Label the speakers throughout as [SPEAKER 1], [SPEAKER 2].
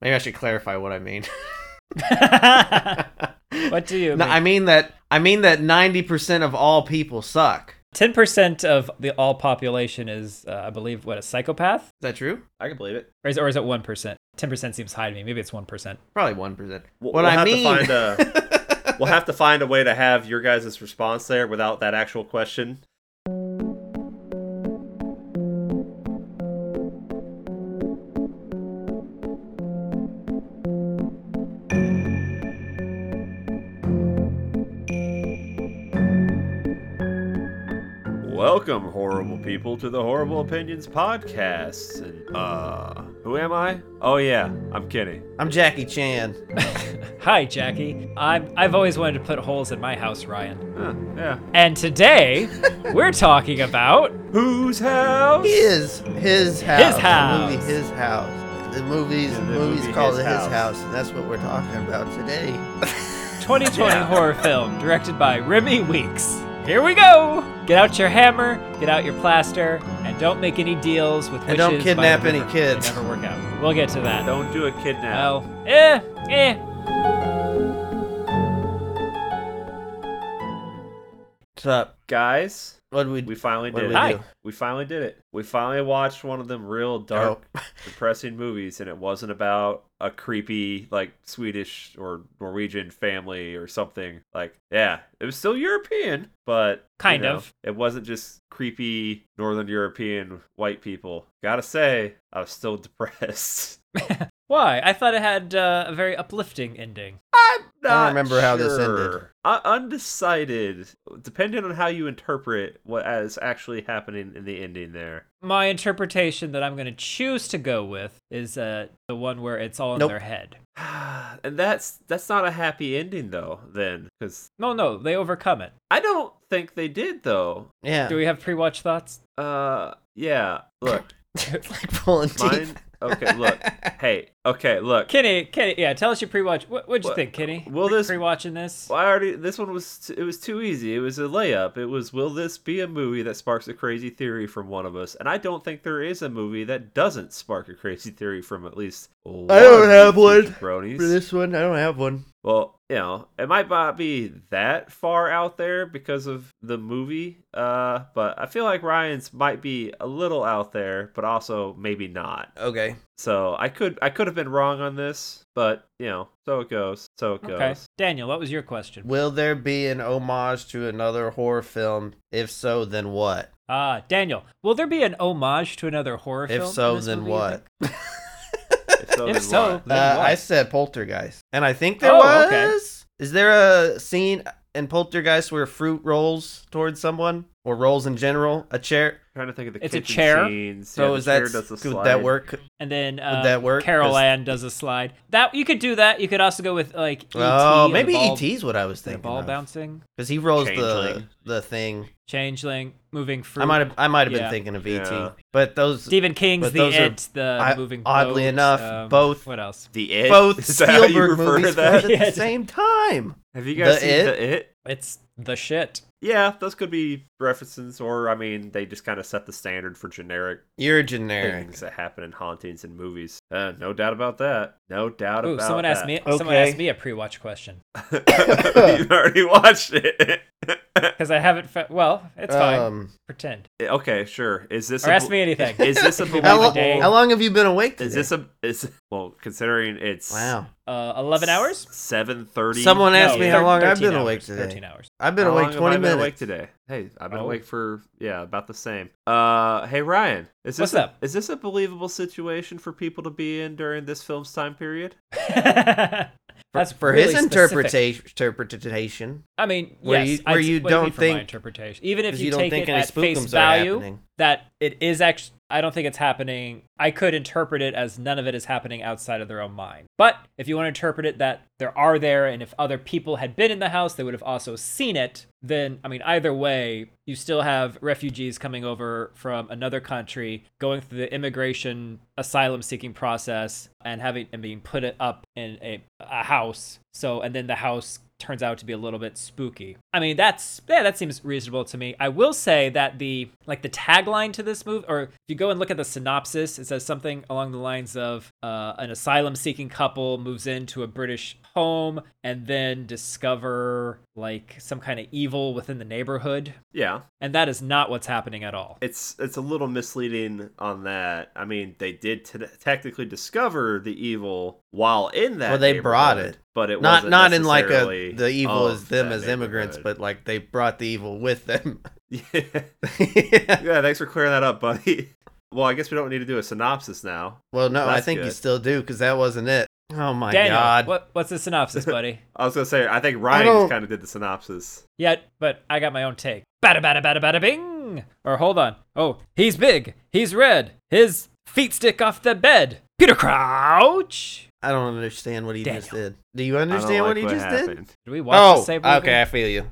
[SPEAKER 1] Maybe I should clarify what I mean.
[SPEAKER 2] what do you
[SPEAKER 1] No,
[SPEAKER 2] mean?
[SPEAKER 1] I mean that I mean that 90% of all people suck.
[SPEAKER 2] Ten percent of the all population is, uh, I believe, what a psychopath,
[SPEAKER 1] Is that true?
[SPEAKER 3] I can believe it.
[SPEAKER 2] or is, or is it one percent? Ten percent seems high to me. Maybe it's one percent.
[SPEAKER 1] Probably 1%.
[SPEAKER 3] We'll-
[SPEAKER 1] what
[SPEAKER 3] we'll
[SPEAKER 1] I
[SPEAKER 3] have to
[SPEAKER 1] mean
[SPEAKER 3] find uh, a- We'll have to find a way to have your guys' response there without that actual question. Welcome, horrible people, to the Horrible Opinions podcast. And, uh, who am I? Oh, yeah, I'm Kenny.
[SPEAKER 1] I'm Jackie Chan.
[SPEAKER 2] Hi, Jackie. I'm. I've always wanted to put holes in my house, Ryan.
[SPEAKER 3] Huh, yeah.
[SPEAKER 2] And today, we're talking about
[SPEAKER 3] Whose house?
[SPEAKER 1] His his house.
[SPEAKER 2] house.
[SPEAKER 1] The movie His House. The movies
[SPEAKER 3] Yeah,
[SPEAKER 1] the
[SPEAKER 3] the
[SPEAKER 1] movie's
[SPEAKER 3] movie
[SPEAKER 1] called
[SPEAKER 3] His
[SPEAKER 1] His, house.
[SPEAKER 3] House.
[SPEAKER 1] and that's what we're talking about today.
[SPEAKER 2] 2020 horror film directed by Remy Weeks. Here we go. Get out your hammer, get out your plaster, and don't make any deals with
[SPEAKER 1] And
[SPEAKER 2] witches.
[SPEAKER 1] don't
[SPEAKER 2] by
[SPEAKER 1] kidnap
[SPEAKER 2] the
[SPEAKER 1] any
[SPEAKER 2] river.
[SPEAKER 1] kids.
[SPEAKER 2] They never work out. We'll get to that.
[SPEAKER 3] Don't do a kidnap.
[SPEAKER 2] Oh, eh, eh.
[SPEAKER 1] What's up?
[SPEAKER 3] Guys,
[SPEAKER 1] What do we
[SPEAKER 3] we finally
[SPEAKER 1] What
[SPEAKER 3] did
[SPEAKER 1] do
[SPEAKER 3] it.
[SPEAKER 1] we
[SPEAKER 2] Hi.
[SPEAKER 1] do?
[SPEAKER 3] We finally did it. We finally watched one of them real dark, depressing movies, and it wasn't about a creepy, like, Swedish or Norwegian family or something. Like, yeah, it was still European, but. you
[SPEAKER 2] Kind
[SPEAKER 3] know,
[SPEAKER 2] of.
[SPEAKER 3] It wasn't just creepy Northern European white people. Gotta say, I was still depressed.
[SPEAKER 2] Why? I thought it had uh, a very uplifting ending.
[SPEAKER 3] I'm
[SPEAKER 1] don't
[SPEAKER 3] not
[SPEAKER 1] remember how this ended.
[SPEAKER 3] sure. Uh, undecided, depending on how you interpret what is actually happening in the ending there.
[SPEAKER 2] My interpretation that I'm going to choose to go with is uh, the one where it's all in
[SPEAKER 1] Nope.
[SPEAKER 2] their head.
[SPEAKER 3] and that's that's not a happy ending though. Then because
[SPEAKER 2] No, no, they overcome it.
[SPEAKER 3] I don't think they did though.
[SPEAKER 1] Yeah.
[SPEAKER 2] Do we have pre-watch thoughts?
[SPEAKER 3] Uh, yeah. Look,
[SPEAKER 1] it's like pulling teeth.
[SPEAKER 3] mine. Okay, look. Hey, okay, look.
[SPEAKER 2] Kenny, Kenny, yeah, tell us your pre-watch. What, what'd you
[SPEAKER 3] What-
[SPEAKER 2] think, Kenny?
[SPEAKER 3] will this-
[SPEAKER 2] pre-watching this?
[SPEAKER 3] Well, I already this one was t- it was too easy. It was a layup. It was will this be a movie that sparks a crazy theory from one of us? And I don't think there is a movie that doesn't spark a crazy theory from at least. I
[SPEAKER 1] don't have one
[SPEAKER 3] Bronies.
[SPEAKER 1] For this one, I don't have one.
[SPEAKER 3] Well, you know, it might not be that far out there because of the movie, uh, but I feel like Ryan's might be a little out there, but also maybe not.
[SPEAKER 1] Okay.
[SPEAKER 3] So I could I could have been wrong on this, but you know, so it goes, so it goes.
[SPEAKER 2] Okay, Daniel, what was your question?
[SPEAKER 1] Will there be an homage to another horror film? If so, then what?
[SPEAKER 2] Ah, Daniel, will there be an homage to another horror
[SPEAKER 1] If
[SPEAKER 2] film? in
[SPEAKER 1] so,
[SPEAKER 2] this
[SPEAKER 1] then
[SPEAKER 2] movie, you
[SPEAKER 1] what?
[SPEAKER 2] think?
[SPEAKER 3] If so,
[SPEAKER 2] If
[SPEAKER 3] then
[SPEAKER 2] so,
[SPEAKER 3] what?
[SPEAKER 2] then
[SPEAKER 1] Uh,
[SPEAKER 2] what?
[SPEAKER 1] I said Poltergeist, and I think there
[SPEAKER 2] Oh,
[SPEAKER 1] was.
[SPEAKER 2] okay.
[SPEAKER 1] Is there a scene in Poltergeist where fruit rolls towards someone, or rolls in general? A chair.
[SPEAKER 3] I'm trying to think of the
[SPEAKER 2] It's a
[SPEAKER 3] kitchen
[SPEAKER 2] chair.
[SPEAKER 3] scenes.
[SPEAKER 1] So
[SPEAKER 3] Yeah,
[SPEAKER 1] is
[SPEAKER 3] the chair
[SPEAKER 1] that
[SPEAKER 3] does the
[SPEAKER 1] could
[SPEAKER 3] slide.
[SPEAKER 1] that work?
[SPEAKER 2] And then uh,
[SPEAKER 1] that work?
[SPEAKER 2] Carol
[SPEAKER 1] 'Cause-
[SPEAKER 2] Ann does a slide. That you could do that. You could also go with like ET
[SPEAKER 1] oh,
[SPEAKER 2] and the
[SPEAKER 1] maybe
[SPEAKER 2] ball,
[SPEAKER 1] ET's what I was
[SPEAKER 2] the
[SPEAKER 1] thinking.
[SPEAKER 2] ball
[SPEAKER 1] Because
[SPEAKER 2] bouncing,
[SPEAKER 1] he rolls
[SPEAKER 3] Changeling.
[SPEAKER 1] the the thing.
[SPEAKER 2] changeling, moving fruit.
[SPEAKER 1] I might have I might have
[SPEAKER 2] Yeah.
[SPEAKER 1] been thinking of
[SPEAKER 3] Yeah.
[SPEAKER 1] ET, but those
[SPEAKER 2] Stephen King's
[SPEAKER 1] But
[SPEAKER 2] The
[SPEAKER 1] those are-
[SPEAKER 2] It, the
[SPEAKER 1] I-
[SPEAKER 2] moving
[SPEAKER 1] oddly
[SPEAKER 2] boat,
[SPEAKER 1] enough,
[SPEAKER 2] um,
[SPEAKER 1] both-
[SPEAKER 2] What else?
[SPEAKER 3] The it
[SPEAKER 1] both
[SPEAKER 3] Is that how you
[SPEAKER 1] Spielberg
[SPEAKER 3] refer to
[SPEAKER 1] movies
[SPEAKER 3] that?
[SPEAKER 1] played at
[SPEAKER 2] Yeah.
[SPEAKER 1] the same time.
[SPEAKER 3] Have you guys
[SPEAKER 1] The
[SPEAKER 3] seen
[SPEAKER 1] It?
[SPEAKER 3] the it?
[SPEAKER 2] It's the shit.
[SPEAKER 3] Yeah, those could be references, or I mean, they just kind of set the standard for generic
[SPEAKER 1] You're generic.
[SPEAKER 3] things that happen in hauntings and movies. Uh, no doubt about that. No doubt
[SPEAKER 2] Ooh,
[SPEAKER 3] about
[SPEAKER 2] someone
[SPEAKER 3] that.
[SPEAKER 2] asked me. Someone
[SPEAKER 1] Okay.
[SPEAKER 2] asked me a pre-watch question
[SPEAKER 3] You've already watched it.
[SPEAKER 2] because I haven't. Fe- well, it's fine.
[SPEAKER 1] Um,
[SPEAKER 2] Pretend
[SPEAKER 3] okay, sure. Is this
[SPEAKER 2] or
[SPEAKER 3] a
[SPEAKER 2] ask
[SPEAKER 3] bel-
[SPEAKER 2] me anything.
[SPEAKER 3] Is this a
[SPEAKER 2] Could be
[SPEAKER 1] how, lo-
[SPEAKER 2] the day.
[SPEAKER 1] how long have you been awake? today?
[SPEAKER 3] Is this a is well considering it's
[SPEAKER 1] wow?
[SPEAKER 2] Uh, Eleven hours.
[SPEAKER 3] seven thirty.
[SPEAKER 1] Someone asked
[SPEAKER 2] No,
[SPEAKER 1] me
[SPEAKER 2] thir-
[SPEAKER 1] how long I've
[SPEAKER 2] 13
[SPEAKER 1] been
[SPEAKER 2] hours,
[SPEAKER 1] awake today.
[SPEAKER 2] Thirteen hours.
[SPEAKER 1] I've been
[SPEAKER 3] How
[SPEAKER 1] awake
[SPEAKER 3] long have I
[SPEAKER 1] twenty
[SPEAKER 3] been
[SPEAKER 1] minutes.
[SPEAKER 3] awake today. Hey, I've been
[SPEAKER 2] Oh.
[SPEAKER 3] awake for yeah, about the same. Uh, hey Ryan, is this
[SPEAKER 2] What's
[SPEAKER 3] a,
[SPEAKER 2] up?
[SPEAKER 3] is this a believable situation for people to be in during this film's time period?
[SPEAKER 2] That's
[SPEAKER 1] for
[SPEAKER 2] really
[SPEAKER 1] his
[SPEAKER 2] specific.
[SPEAKER 1] interpretation. Interpretation.
[SPEAKER 2] I mean,
[SPEAKER 1] Where
[SPEAKER 2] yes,
[SPEAKER 1] you- where
[SPEAKER 2] I'd-
[SPEAKER 1] you
[SPEAKER 2] what do mean
[SPEAKER 1] don't
[SPEAKER 2] from my
[SPEAKER 1] think-
[SPEAKER 2] interpretation, even if
[SPEAKER 1] 'cause
[SPEAKER 2] you,
[SPEAKER 1] you don't
[SPEAKER 2] take
[SPEAKER 1] think
[SPEAKER 2] it
[SPEAKER 1] any
[SPEAKER 2] at face
[SPEAKER 1] spookums are
[SPEAKER 2] value
[SPEAKER 1] happening.
[SPEAKER 2] that it is actually, I don't think it's happening. I could interpret it as none of it is happening outside of their own mind. But if you want to interpret it that there are there, and if other people had been in the house, they would have also seen it. Then, I mean, either way, you still have refugees coming over from another country, going through the immigration asylum seeking process, and having and being put up in a, a house. So, and then the house turns out to be a little bit spooky. I mean, that's yeah, that seems reasonable to me. I will say that the like the tagline to this movie, or if you go and look at the synopsis, it says something along the lines of uh, an asylum-seeking couple moves into a British home and then discover like some kind of evil within the neighborhood,
[SPEAKER 3] Yeah,
[SPEAKER 2] and that is not what's happening at
[SPEAKER 1] Oh
[SPEAKER 2] all.
[SPEAKER 3] it's it's a little misleading on that. I mean, they did t- technically discover the evil while in that.
[SPEAKER 1] Well, they brought
[SPEAKER 3] neighborhood,
[SPEAKER 1] it.
[SPEAKER 3] but it
[SPEAKER 1] not
[SPEAKER 3] wasn't
[SPEAKER 1] not in like a
[SPEAKER 3] necessarily
[SPEAKER 1] the evil
[SPEAKER 3] of
[SPEAKER 1] is them
[SPEAKER 3] that
[SPEAKER 1] as immigrants,
[SPEAKER 3] neighborhood.
[SPEAKER 1] but like they brought the evil with them.
[SPEAKER 3] yeah. yeah, thanks for clearing that up, buddy. Well, I guess we don't need to do a synopsis now.
[SPEAKER 1] Well, no, I
[SPEAKER 3] That's
[SPEAKER 1] think you
[SPEAKER 3] good.
[SPEAKER 1] still do because that wasn't it. Oh my
[SPEAKER 2] Daniel,
[SPEAKER 1] god!
[SPEAKER 2] what what's the synopsis, buddy?
[SPEAKER 3] I was gonna say, I think
[SPEAKER 1] I
[SPEAKER 3] Ryan
[SPEAKER 1] don't-
[SPEAKER 3] just kind of did the synopsis.
[SPEAKER 2] Yeah, but I got my own take. Bada bada bada bada bing. Or hold on. Oh, he's big. He's red. His feet stick off the bed. Peter Crouch.
[SPEAKER 1] I don't understand what he just did. Do you
[SPEAKER 3] I don't
[SPEAKER 1] understand what
[SPEAKER 3] like
[SPEAKER 1] he just did?
[SPEAKER 3] happened.
[SPEAKER 2] Did we watch the
[SPEAKER 1] Oh,
[SPEAKER 2] same movie?
[SPEAKER 1] okay, I feel you.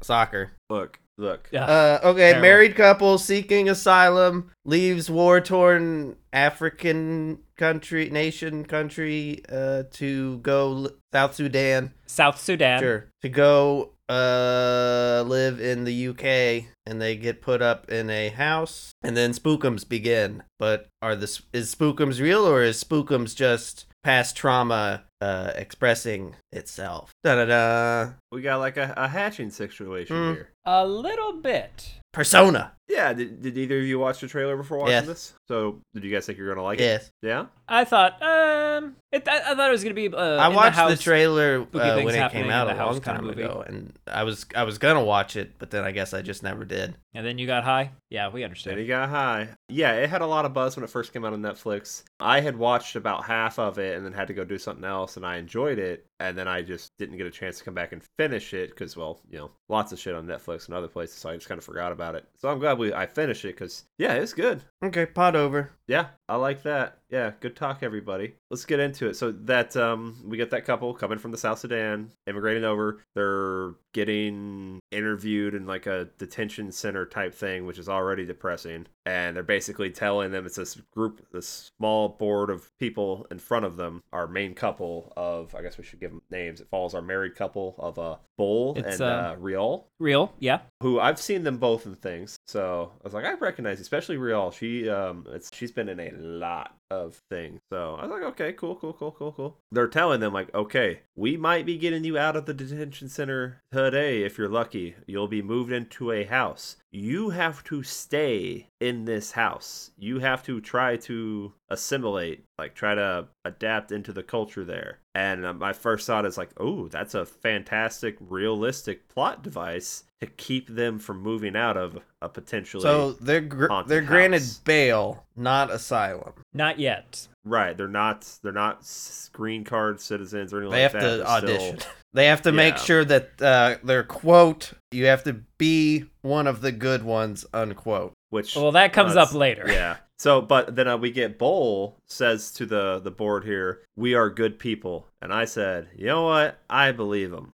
[SPEAKER 1] Soccer.
[SPEAKER 3] Look, look.
[SPEAKER 2] Yeah.
[SPEAKER 1] Uh, okay,
[SPEAKER 2] Terrible.
[SPEAKER 1] married couple seeking asylum leaves war-torn African country, nation, country uh, to go l- South Sudan.
[SPEAKER 2] South Sudan.
[SPEAKER 1] Sure. To go uh live in the UK and they get put up in a house and then spookums begin. But are the s- is spookums real or is spookums just past trauma uh expressing itself? Da da da.
[SPEAKER 3] We got like a, a hatching situation
[SPEAKER 1] Mm.
[SPEAKER 3] here.
[SPEAKER 2] A little bit.
[SPEAKER 1] Persona.
[SPEAKER 3] Yeah, did, did either of you watch the trailer before watching
[SPEAKER 1] Yes.
[SPEAKER 3] this? So, did you guys think you're gonna like it?
[SPEAKER 1] Yes.
[SPEAKER 3] Yeah.
[SPEAKER 2] I thought, um, it, I, I thought it was gonna be. Uh,
[SPEAKER 1] I
[SPEAKER 2] in
[SPEAKER 1] watched
[SPEAKER 2] the,
[SPEAKER 1] the,
[SPEAKER 2] house.
[SPEAKER 1] trailer
[SPEAKER 2] spooky
[SPEAKER 1] uh,
[SPEAKER 2] things
[SPEAKER 1] when it
[SPEAKER 2] happening
[SPEAKER 1] came
[SPEAKER 2] in
[SPEAKER 1] out
[SPEAKER 2] the
[SPEAKER 1] a
[SPEAKER 2] house
[SPEAKER 1] long
[SPEAKER 2] kinda
[SPEAKER 1] time
[SPEAKER 2] movie.
[SPEAKER 1] ago and I was I was going to watch it, but then I guess I just never did.
[SPEAKER 2] and then you got high. Yeah, we understand.
[SPEAKER 3] Then he got high. Yeah, it had a lot of buzz when it first came out on Netflix. I had watched about half of it and then had to go do something else, and I enjoyed it. And then I just didn't get a chance to come back and finish it because, well, you know, lots of shit on Netflix and other places, so I just kind of forgot about it. So I'm glad we I finished it because, yeah, it's good.
[SPEAKER 1] Okay, pot over.
[SPEAKER 3] Yeah, I like that. Yeah, good talk, everybody. Let's get into it. So that um, we get that couple coming from the South Sudan, immigrating over. They're getting interviewed in like a detention center type thing, which is already depressing. And they're basically telling them it's this group, this small board of people in front of them. Our main couple of, I guess we should give them names. It follows our married couple of uh, Bull
[SPEAKER 2] It's,
[SPEAKER 3] and uh, Riol
[SPEAKER 2] Real. Yeah.
[SPEAKER 3] who I've seen them both in things. So I was like, I recognize, you, especially Rial. She um, it's, she's been in a lot of things. So I was like, okay, cool, cool, cool, cool, cool. They're telling them like, okay, we might be getting you out of the detention center today if you're lucky. You'll be moved into a house. You have to stay in this house. You have to try to assimilate, like try to adapt into the culture there. And uh, my first thought is like, oh, that's a fantastic, realistic plot device to keep them from moving out of a potentially
[SPEAKER 1] So they're gr-
[SPEAKER 3] haunted
[SPEAKER 1] they're granted
[SPEAKER 3] house. bail,
[SPEAKER 1] bail, not asylum.
[SPEAKER 2] Not yet.
[SPEAKER 3] right. They're not they're not s- green card citizens or anything.
[SPEAKER 1] They
[SPEAKER 3] like
[SPEAKER 1] have
[SPEAKER 3] that.
[SPEAKER 1] to
[SPEAKER 3] They're still-
[SPEAKER 1] audition. They have to make
[SPEAKER 3] Yeah.
[SPEAKER 1] sure that uh, their quote, you have to be one of the good ones, unquote.
[SPEAKER 3] which
[SPEAKER 2] Well, that comes up
[SPEAKER 3] that's-
[SPEAKER 2] later.
[SPEAKER 3] Yeah. So, but then uh, we get Bowl says to the the board here, "We are good people," and I said, "You know what? I believe him."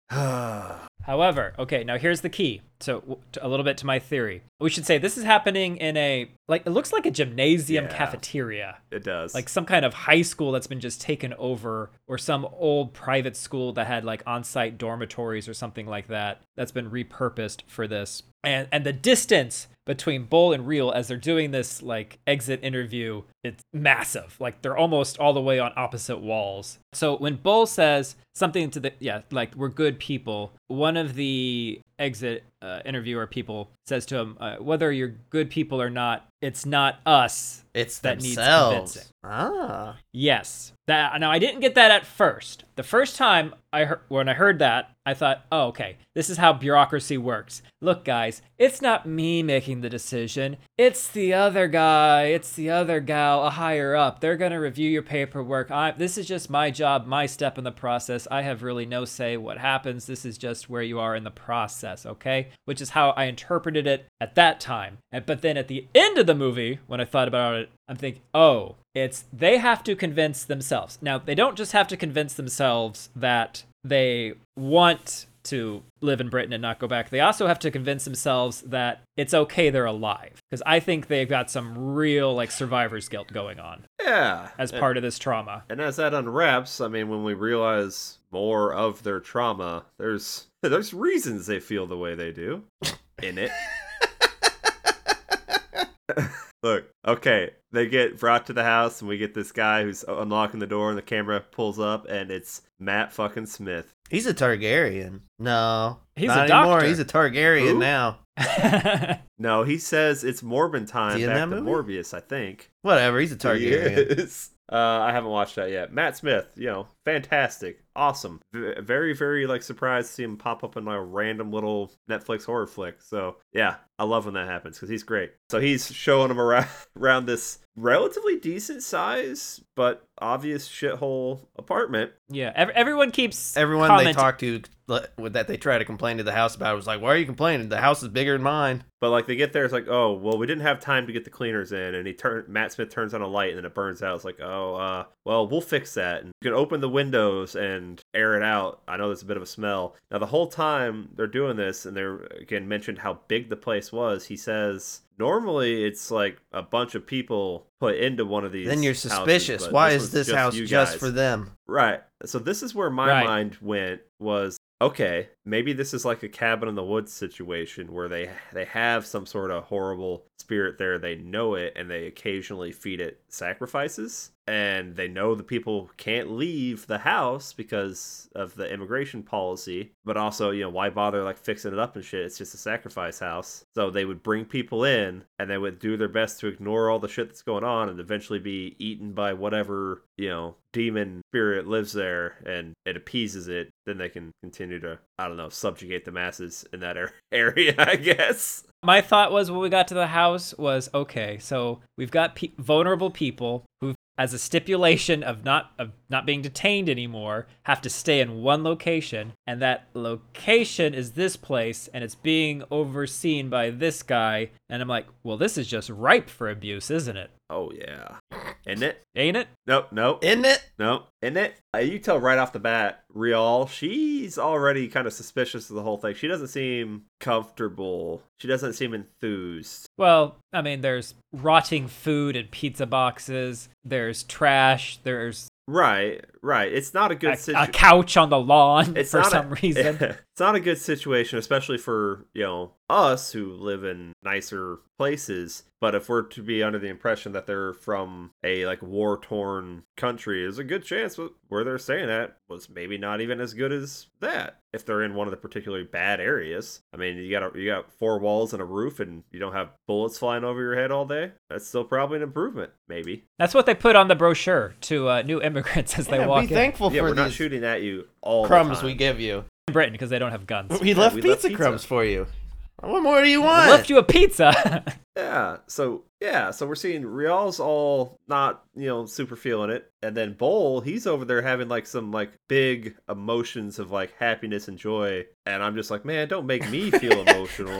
[SPEAKER 2] However, okay, now here's the key. So w- to, a little bit to my theory. We should say this is happening in a like it looks like a gymnasium
[SPEAKER 3] Yeah.
[SPEAKER 2] cafeteria.
[SPEAKER 3] It does.
[SPEAKER 2] Like some kind of high school that's been just taken over or some old private school that had like on-site dormitories or something like that that's been repurposed for this. And and the distance between Bull and Real as they're doing this like exit interview, it's massive. Like they're almost all the way on opposite walls. So when Bull says something to the yeah, like we're good people, one of the exit uh, interviewer people says to him, uh, whether you're good people or not, it's not us
[SPEAKER 1] It's
[SPEAKER 2] That needs
[SPEAKER 1] themselves.
[SPEAKER 2] convincing.
[SPEAKER 1] ah.
[SPEAKER 2] Yes. That now I didn't get that at first. The first time I heard, when I heard that, I thought, "Oh, okay. This is how bureaucracy works. Look, guys, it's not me making the decision. It's the other guy, it's the other gal, a higher up. They're going to review your paperwork. I this is just my job, my step in the process. I have really no say what happens. This is just where you are in the process, okay?" Which is how I interpreted it at that time. And but then at the end of the movie, when I thought about it, I'm thinking, "Oh, it's they have to convince themselves. Now, they don't just have to convince themselves that they want to live in Britain and not go back. They also have to convince themselves that it's okay they're alive because I think they've got some real like survivor's guilt going on.
[SPEAKER 3] Yeah.
[SPEAKER 2] as
[SPEAKER 1] Uh,
[SPEAKER 3] And-
[SPEAKER 2] part of this trauma.
[SPEAKER 3] And as that unwraps, I mean, when we realize more of their trauma, there's there's reasons they feel the way they do in it. Look, okay, they get brought to the house, and we get this guy who's unlocking the door, and the camera pulls up, and it's Matt fucking Smith.
[SPEAKER 1] He's a Targaryen. No,
[SPEAKER 2] He's
[SPEAKER 1] not
[SPEAKER 2] a doctor.
[SPEAKER 1] Anymore. He's a Targaryen
[SPEAKER 3] Who?
[SPEAKER 1] now.
[SPEAKER 3] No, he says it's Morbin time
[SPEAKER 1] he in
[SPEAKER 3] back to
[SPEAKER 1] that movie?
[SPEAKER 3] Morbius, I think.
[SPEAKER 1] Whatever. He's a Targaryen.
[SPEAKER 3] Yes. Uh, I haven't watched that yet. Matt Smith, you know, fantastic, awesome, v- very, very like surprised to see him pop up in my random little Netflix horror flick. So yeah, I love when that happens because he's great. So he's showing him around around this relatively decent size but obvious shithole apartment.
[SPEAKER 2] yeah, ev- everyone keeps
[SPEAKER 1] Everyone they
[SPEAKER 2] comment-
[SPEAKER 1] talk to like, with that they try to complain to the house about it was like, why are you complaining? The house is bigger than mine.
[SPEAKER 3] But like they get there, it's like, oh well, we didn't have time to get the cleaners in, and he turn Matt Smith turns on a light, and then it burns out. It's like, oh, uh, well, we'll fix that, and you can open the windows and air it out. I know there's a bit of a smell. Now the whole time they're doing this, and they're again mentioned how big the place was. He says normally it's like a bunch of people put into one of these.
[SPEAKER 1] then you're
[SPEAKER 3] houses,
[SPEAKER 1] suspicious.
[SPEAKER 3] but
[SPEAKER 1] why
[SPEAKER 3] one's
[SPEAKER 1] is this
[SPEAKER 3] just
[SPEAKER 1] house
[SPEAKER 3] you
[SPEAKER 1] just
[SPEAKER 3] guys."
[SPEAKER 1] for them?
[SPEAKER 3] Right. So this is where my
[SPEAKER 2] Right.
[SPEAKER 3] mind went was okay, maybe this is like a cabin in the woods situation where they they have some sort of horrible spirit there, they know it and they occasionally feed it sacrifices and they know the people can't leave the house because of the immigration policy, but also, you know, why bother like fixing it up and shit? It's just a sacrifice house. So they would bring people in and they would do their best to ignore all the shit that's going on and eventually be eaten by whatever, you know, demon spirit lives there and it appeases it. Then they can continue to, I don't know, subjugate the masses in that ar- area, I guess.
[SPEAKER 2] my thought was when we got to the house was okay so we've got pe- vulnerable people who as a stipulation of not of not being detained anymore have to stay in one location and that location is this place and it's being overseen by this guy and i'm like well this is just ripe for abuse isn't it
[SPEAKER 3] Oh, yeah. In it?
[SPEAKER 2] ain't it
[SPEAKER 3] Nope, nope.
[SPEAKER 1] Isn't it?
[SPEAKER 3] No, and it uh, you tell right off the bat, Rial, she's already kind of suspicious of the whole thing. She doesn't seem comfortable. She doesn't seem enthused.
[SPEAKER 2] Well, I mean, there's rotting food and pizza boxes. There's trash. There's
[SPEAKER 3] Right, right. It's not a
[SPEAKER 2] a,
[SPEAKER 3] good
[SPEAKER 2] a
[SPEAKER 3] situation.
[SPEAKER 2] couch on the lawn
[SPEAKER 3] It's
[SPEAKER 2] for
[SPEAKER 3] not a-
[SPEAKER 2] some reason.
[SPEAKER 3] it's not a good situation, especially for you know us who live in nicer places. But if we're to be under the impression that they're from a like war torn country, there's a good chance wh- where they're staying at was maybe not even as good as that. If they're in one of the particularly bad areas, I mean, you got a, you got four walls and a roof, and you don't have bullets flying over your head all day. That's still probably an improvement, maybe.
[SPEAKER 2] That's what they put on the brochure to uh, new immigrants as they
[SPEAKER 1] Yeah,
[SPEAKER 2] walk
[SPEAKER 1] be
[SPEAKER 2] in
[SPEAKER 1] thankful
[SPEAKER 3] yeah,
[SPEAKER 1] for
[SPEAKER 3] we're not
[SPEAKER 1] these
[SPEAKER 3] shooting at you all the
[SPEAKER 1] crumbs
[SPEAKER 3] time.
[SPEAKER 1] we give you.
[SPEAKER 2] in Britain because they don't have guns.
[SPEAKER 1] We left
[SPEAKER 3] we
[SPEAKER 1] pizza
[SPEAKER 3] left pizza.
[SPEAKER 1] crumbs for you. What more do you
[SPEAKER 2] I
[SPEAKER 1] want?
[SPEAKER 2] left you a pizza.
[SPEAKER 3] Yeah. So yeah. So we're seeing Real's all not you know super feeling it, and then Bowl he's over there having like some like big emotions of like happiness and joy, and I'm just like, man, don't make me feel emotional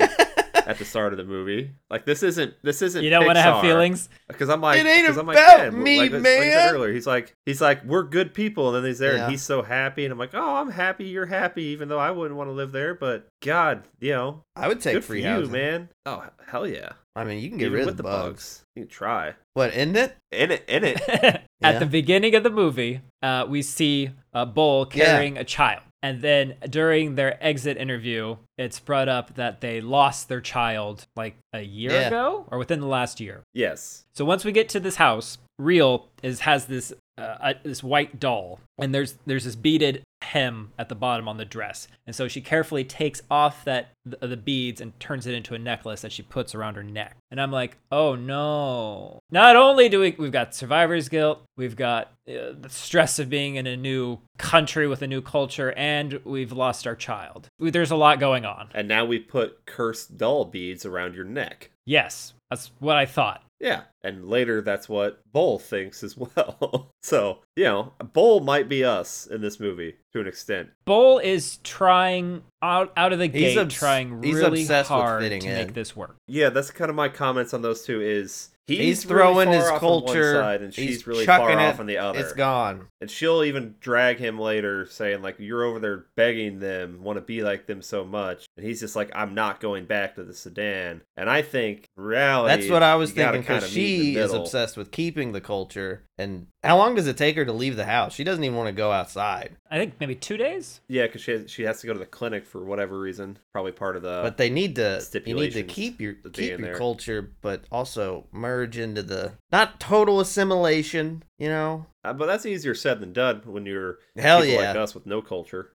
[SPEAKER 3] at the start of the movie. Like this isn't this isn't
[SPEAKER 2] you don't want to have
[SPEAKER 3] Pixar.
[SPEAKER 2] feelings.
[SPEAKER 3] Because I'm like,
[SPEAKER 1] It ain't
[SPEAKER 3] 'cause I'm like,
[SPEAKER 1] about
[SPEAKER 3] yeah,
[SPEAKER 1] me,
[SPEAKER 3] like, like I said
[SPEAKER 1] man.
[SPEAKER 3] earlier, he's like, he's like, we're good people, and then he's there,
[SPEAKER 1] Yeah.
[SPEAKER 3] and he's so happy, and I'm like, oh, I'm happy, you're happy, even though I wouldn't want to live there, but God, you know,
[SPEAKER 1] I would take
[SPEAKER 3] good for
[SPEAKER 1] free
[SPEAKER 3] you,
[SPEAKER 1] housing.
[SPEAKER 3] man. Oh hell yeah,
[SPEAKER 1] I mean, you can get
[SPEAKER 3] Even
[SPEAKER 1] rid
[SPEAKER 3] with
[SPEAKER 1] of the bugs.
[SPEAKER 3] You can try.
[SPEAKER 1] What? Isn't it?
[SPEAKER 3] In it, in it.
[SPEAKER 2] At
[SPEAKER 1] Yeah.
[SPEAKER 2] the beginning of the movie, uh, we see a bull
[SPEAKER 1] Yeah.
[SPEAKER 2] carrying a child. And then during their exit interview, it's brought up that they lost their child like a year
[SPEAKER 1] Yeah.
[SPEAKER 2] ago or within the last year.
[SPEAKER 3] yes.
[SPEAKER 2] So once we get to this house, Real is has this uh, uh, this white doll, and there's there's this beaded hem at the bottom on the dress, and so she carefully takes off that the, the beads and turns it into a necklace that she puts around her neck. And I'm like, oh no! Not only do we we've got survivor's guilt, we've got uh, the stress of being in a new country with a new culture, and we've lost our child. We- There's a lot going on.
[SPEAKER 3] And now we put cursed doll beads around your neck.
[SPEAKER 2] Yes, that's what I thought.
[SPEAKER 3] Yeah. And later that's what Bull thinks as well. so, you know, Bull might be us in this movie to an extent.
[SPEAKER 2] Bull is trying out out of the
[SPEAKER 1] He's
[SPEAKER 2] gate,
[SPEAKER 1] obs-
[SPEAKER 2] trying
[SPEAKER 1] he's
[SPEAKER 2] really
[SPEAKER 1] obsessed with
[SPEAKER 2] hard to
[SPEAKER 1] fitting in.
[SPEAKER 2] make this work.
[SPEAKER 3] Yeah, that's kind of my comments on those two is he's,
[SPEAKER 1] He's
[SPEAKER 3] really
[SPEAKER 1] throwing
[SPEAKER 3] far
[SPEAKER 1] his
[SPEAKER 3] off on one
[SPEAKER 1] culture.
[SPEAKER 3] side and she's
[SPEAKER 1] He's
[SPEAKER 3] really far
[SPEAKER 1] chucking it.
[SPEAKER 3] off on the other.
[SPEAKER 1] It's gone.
[SPEAKER 3] And she'll even drag him later, saying, like, you're over there begging them, want to be like them so much. And he's just like, I'm not going back to the sedan. And I think in reality.
[SPEAKER 1] That's what I was
[SPEAKER 3] you gotta
[SPEAKER 1] thinking because
[SPEAKER 3] kinda meet
[SPEAKER 1] she is
[SPEAKER 3] middle.
[SPEAKER 1] obsessed with keeping the culture. And how long does it take her to leave the house? She doesn't even want to go outside.
[SPEAKER 2] I think maybe two days.
[SPEAKER 3] Yeah, because she has, she has to go to the clinic for whatever reason. Probably part of the.
[SPEAKER 1] but they need to you need to
[SPEAKER 3] uh, stipulations
[SPEAKER 1] keep your
[SPEAKER 3] that they
[SPEAKER 1] keep
[SPEAKER 3] in
[SPEAKER 1] your
[SPEAKER 3] there.
[SPEAKER 1] culture, but also merge into the not total assimilation. You know,
[SPEAKER 3] Uh, but that's easier said than done when you're
[SPEAKER 1] hell
[SPEAKER 3] people
[SPEAKER 1] yeah.
[SPEAKER 3] like us with no culture.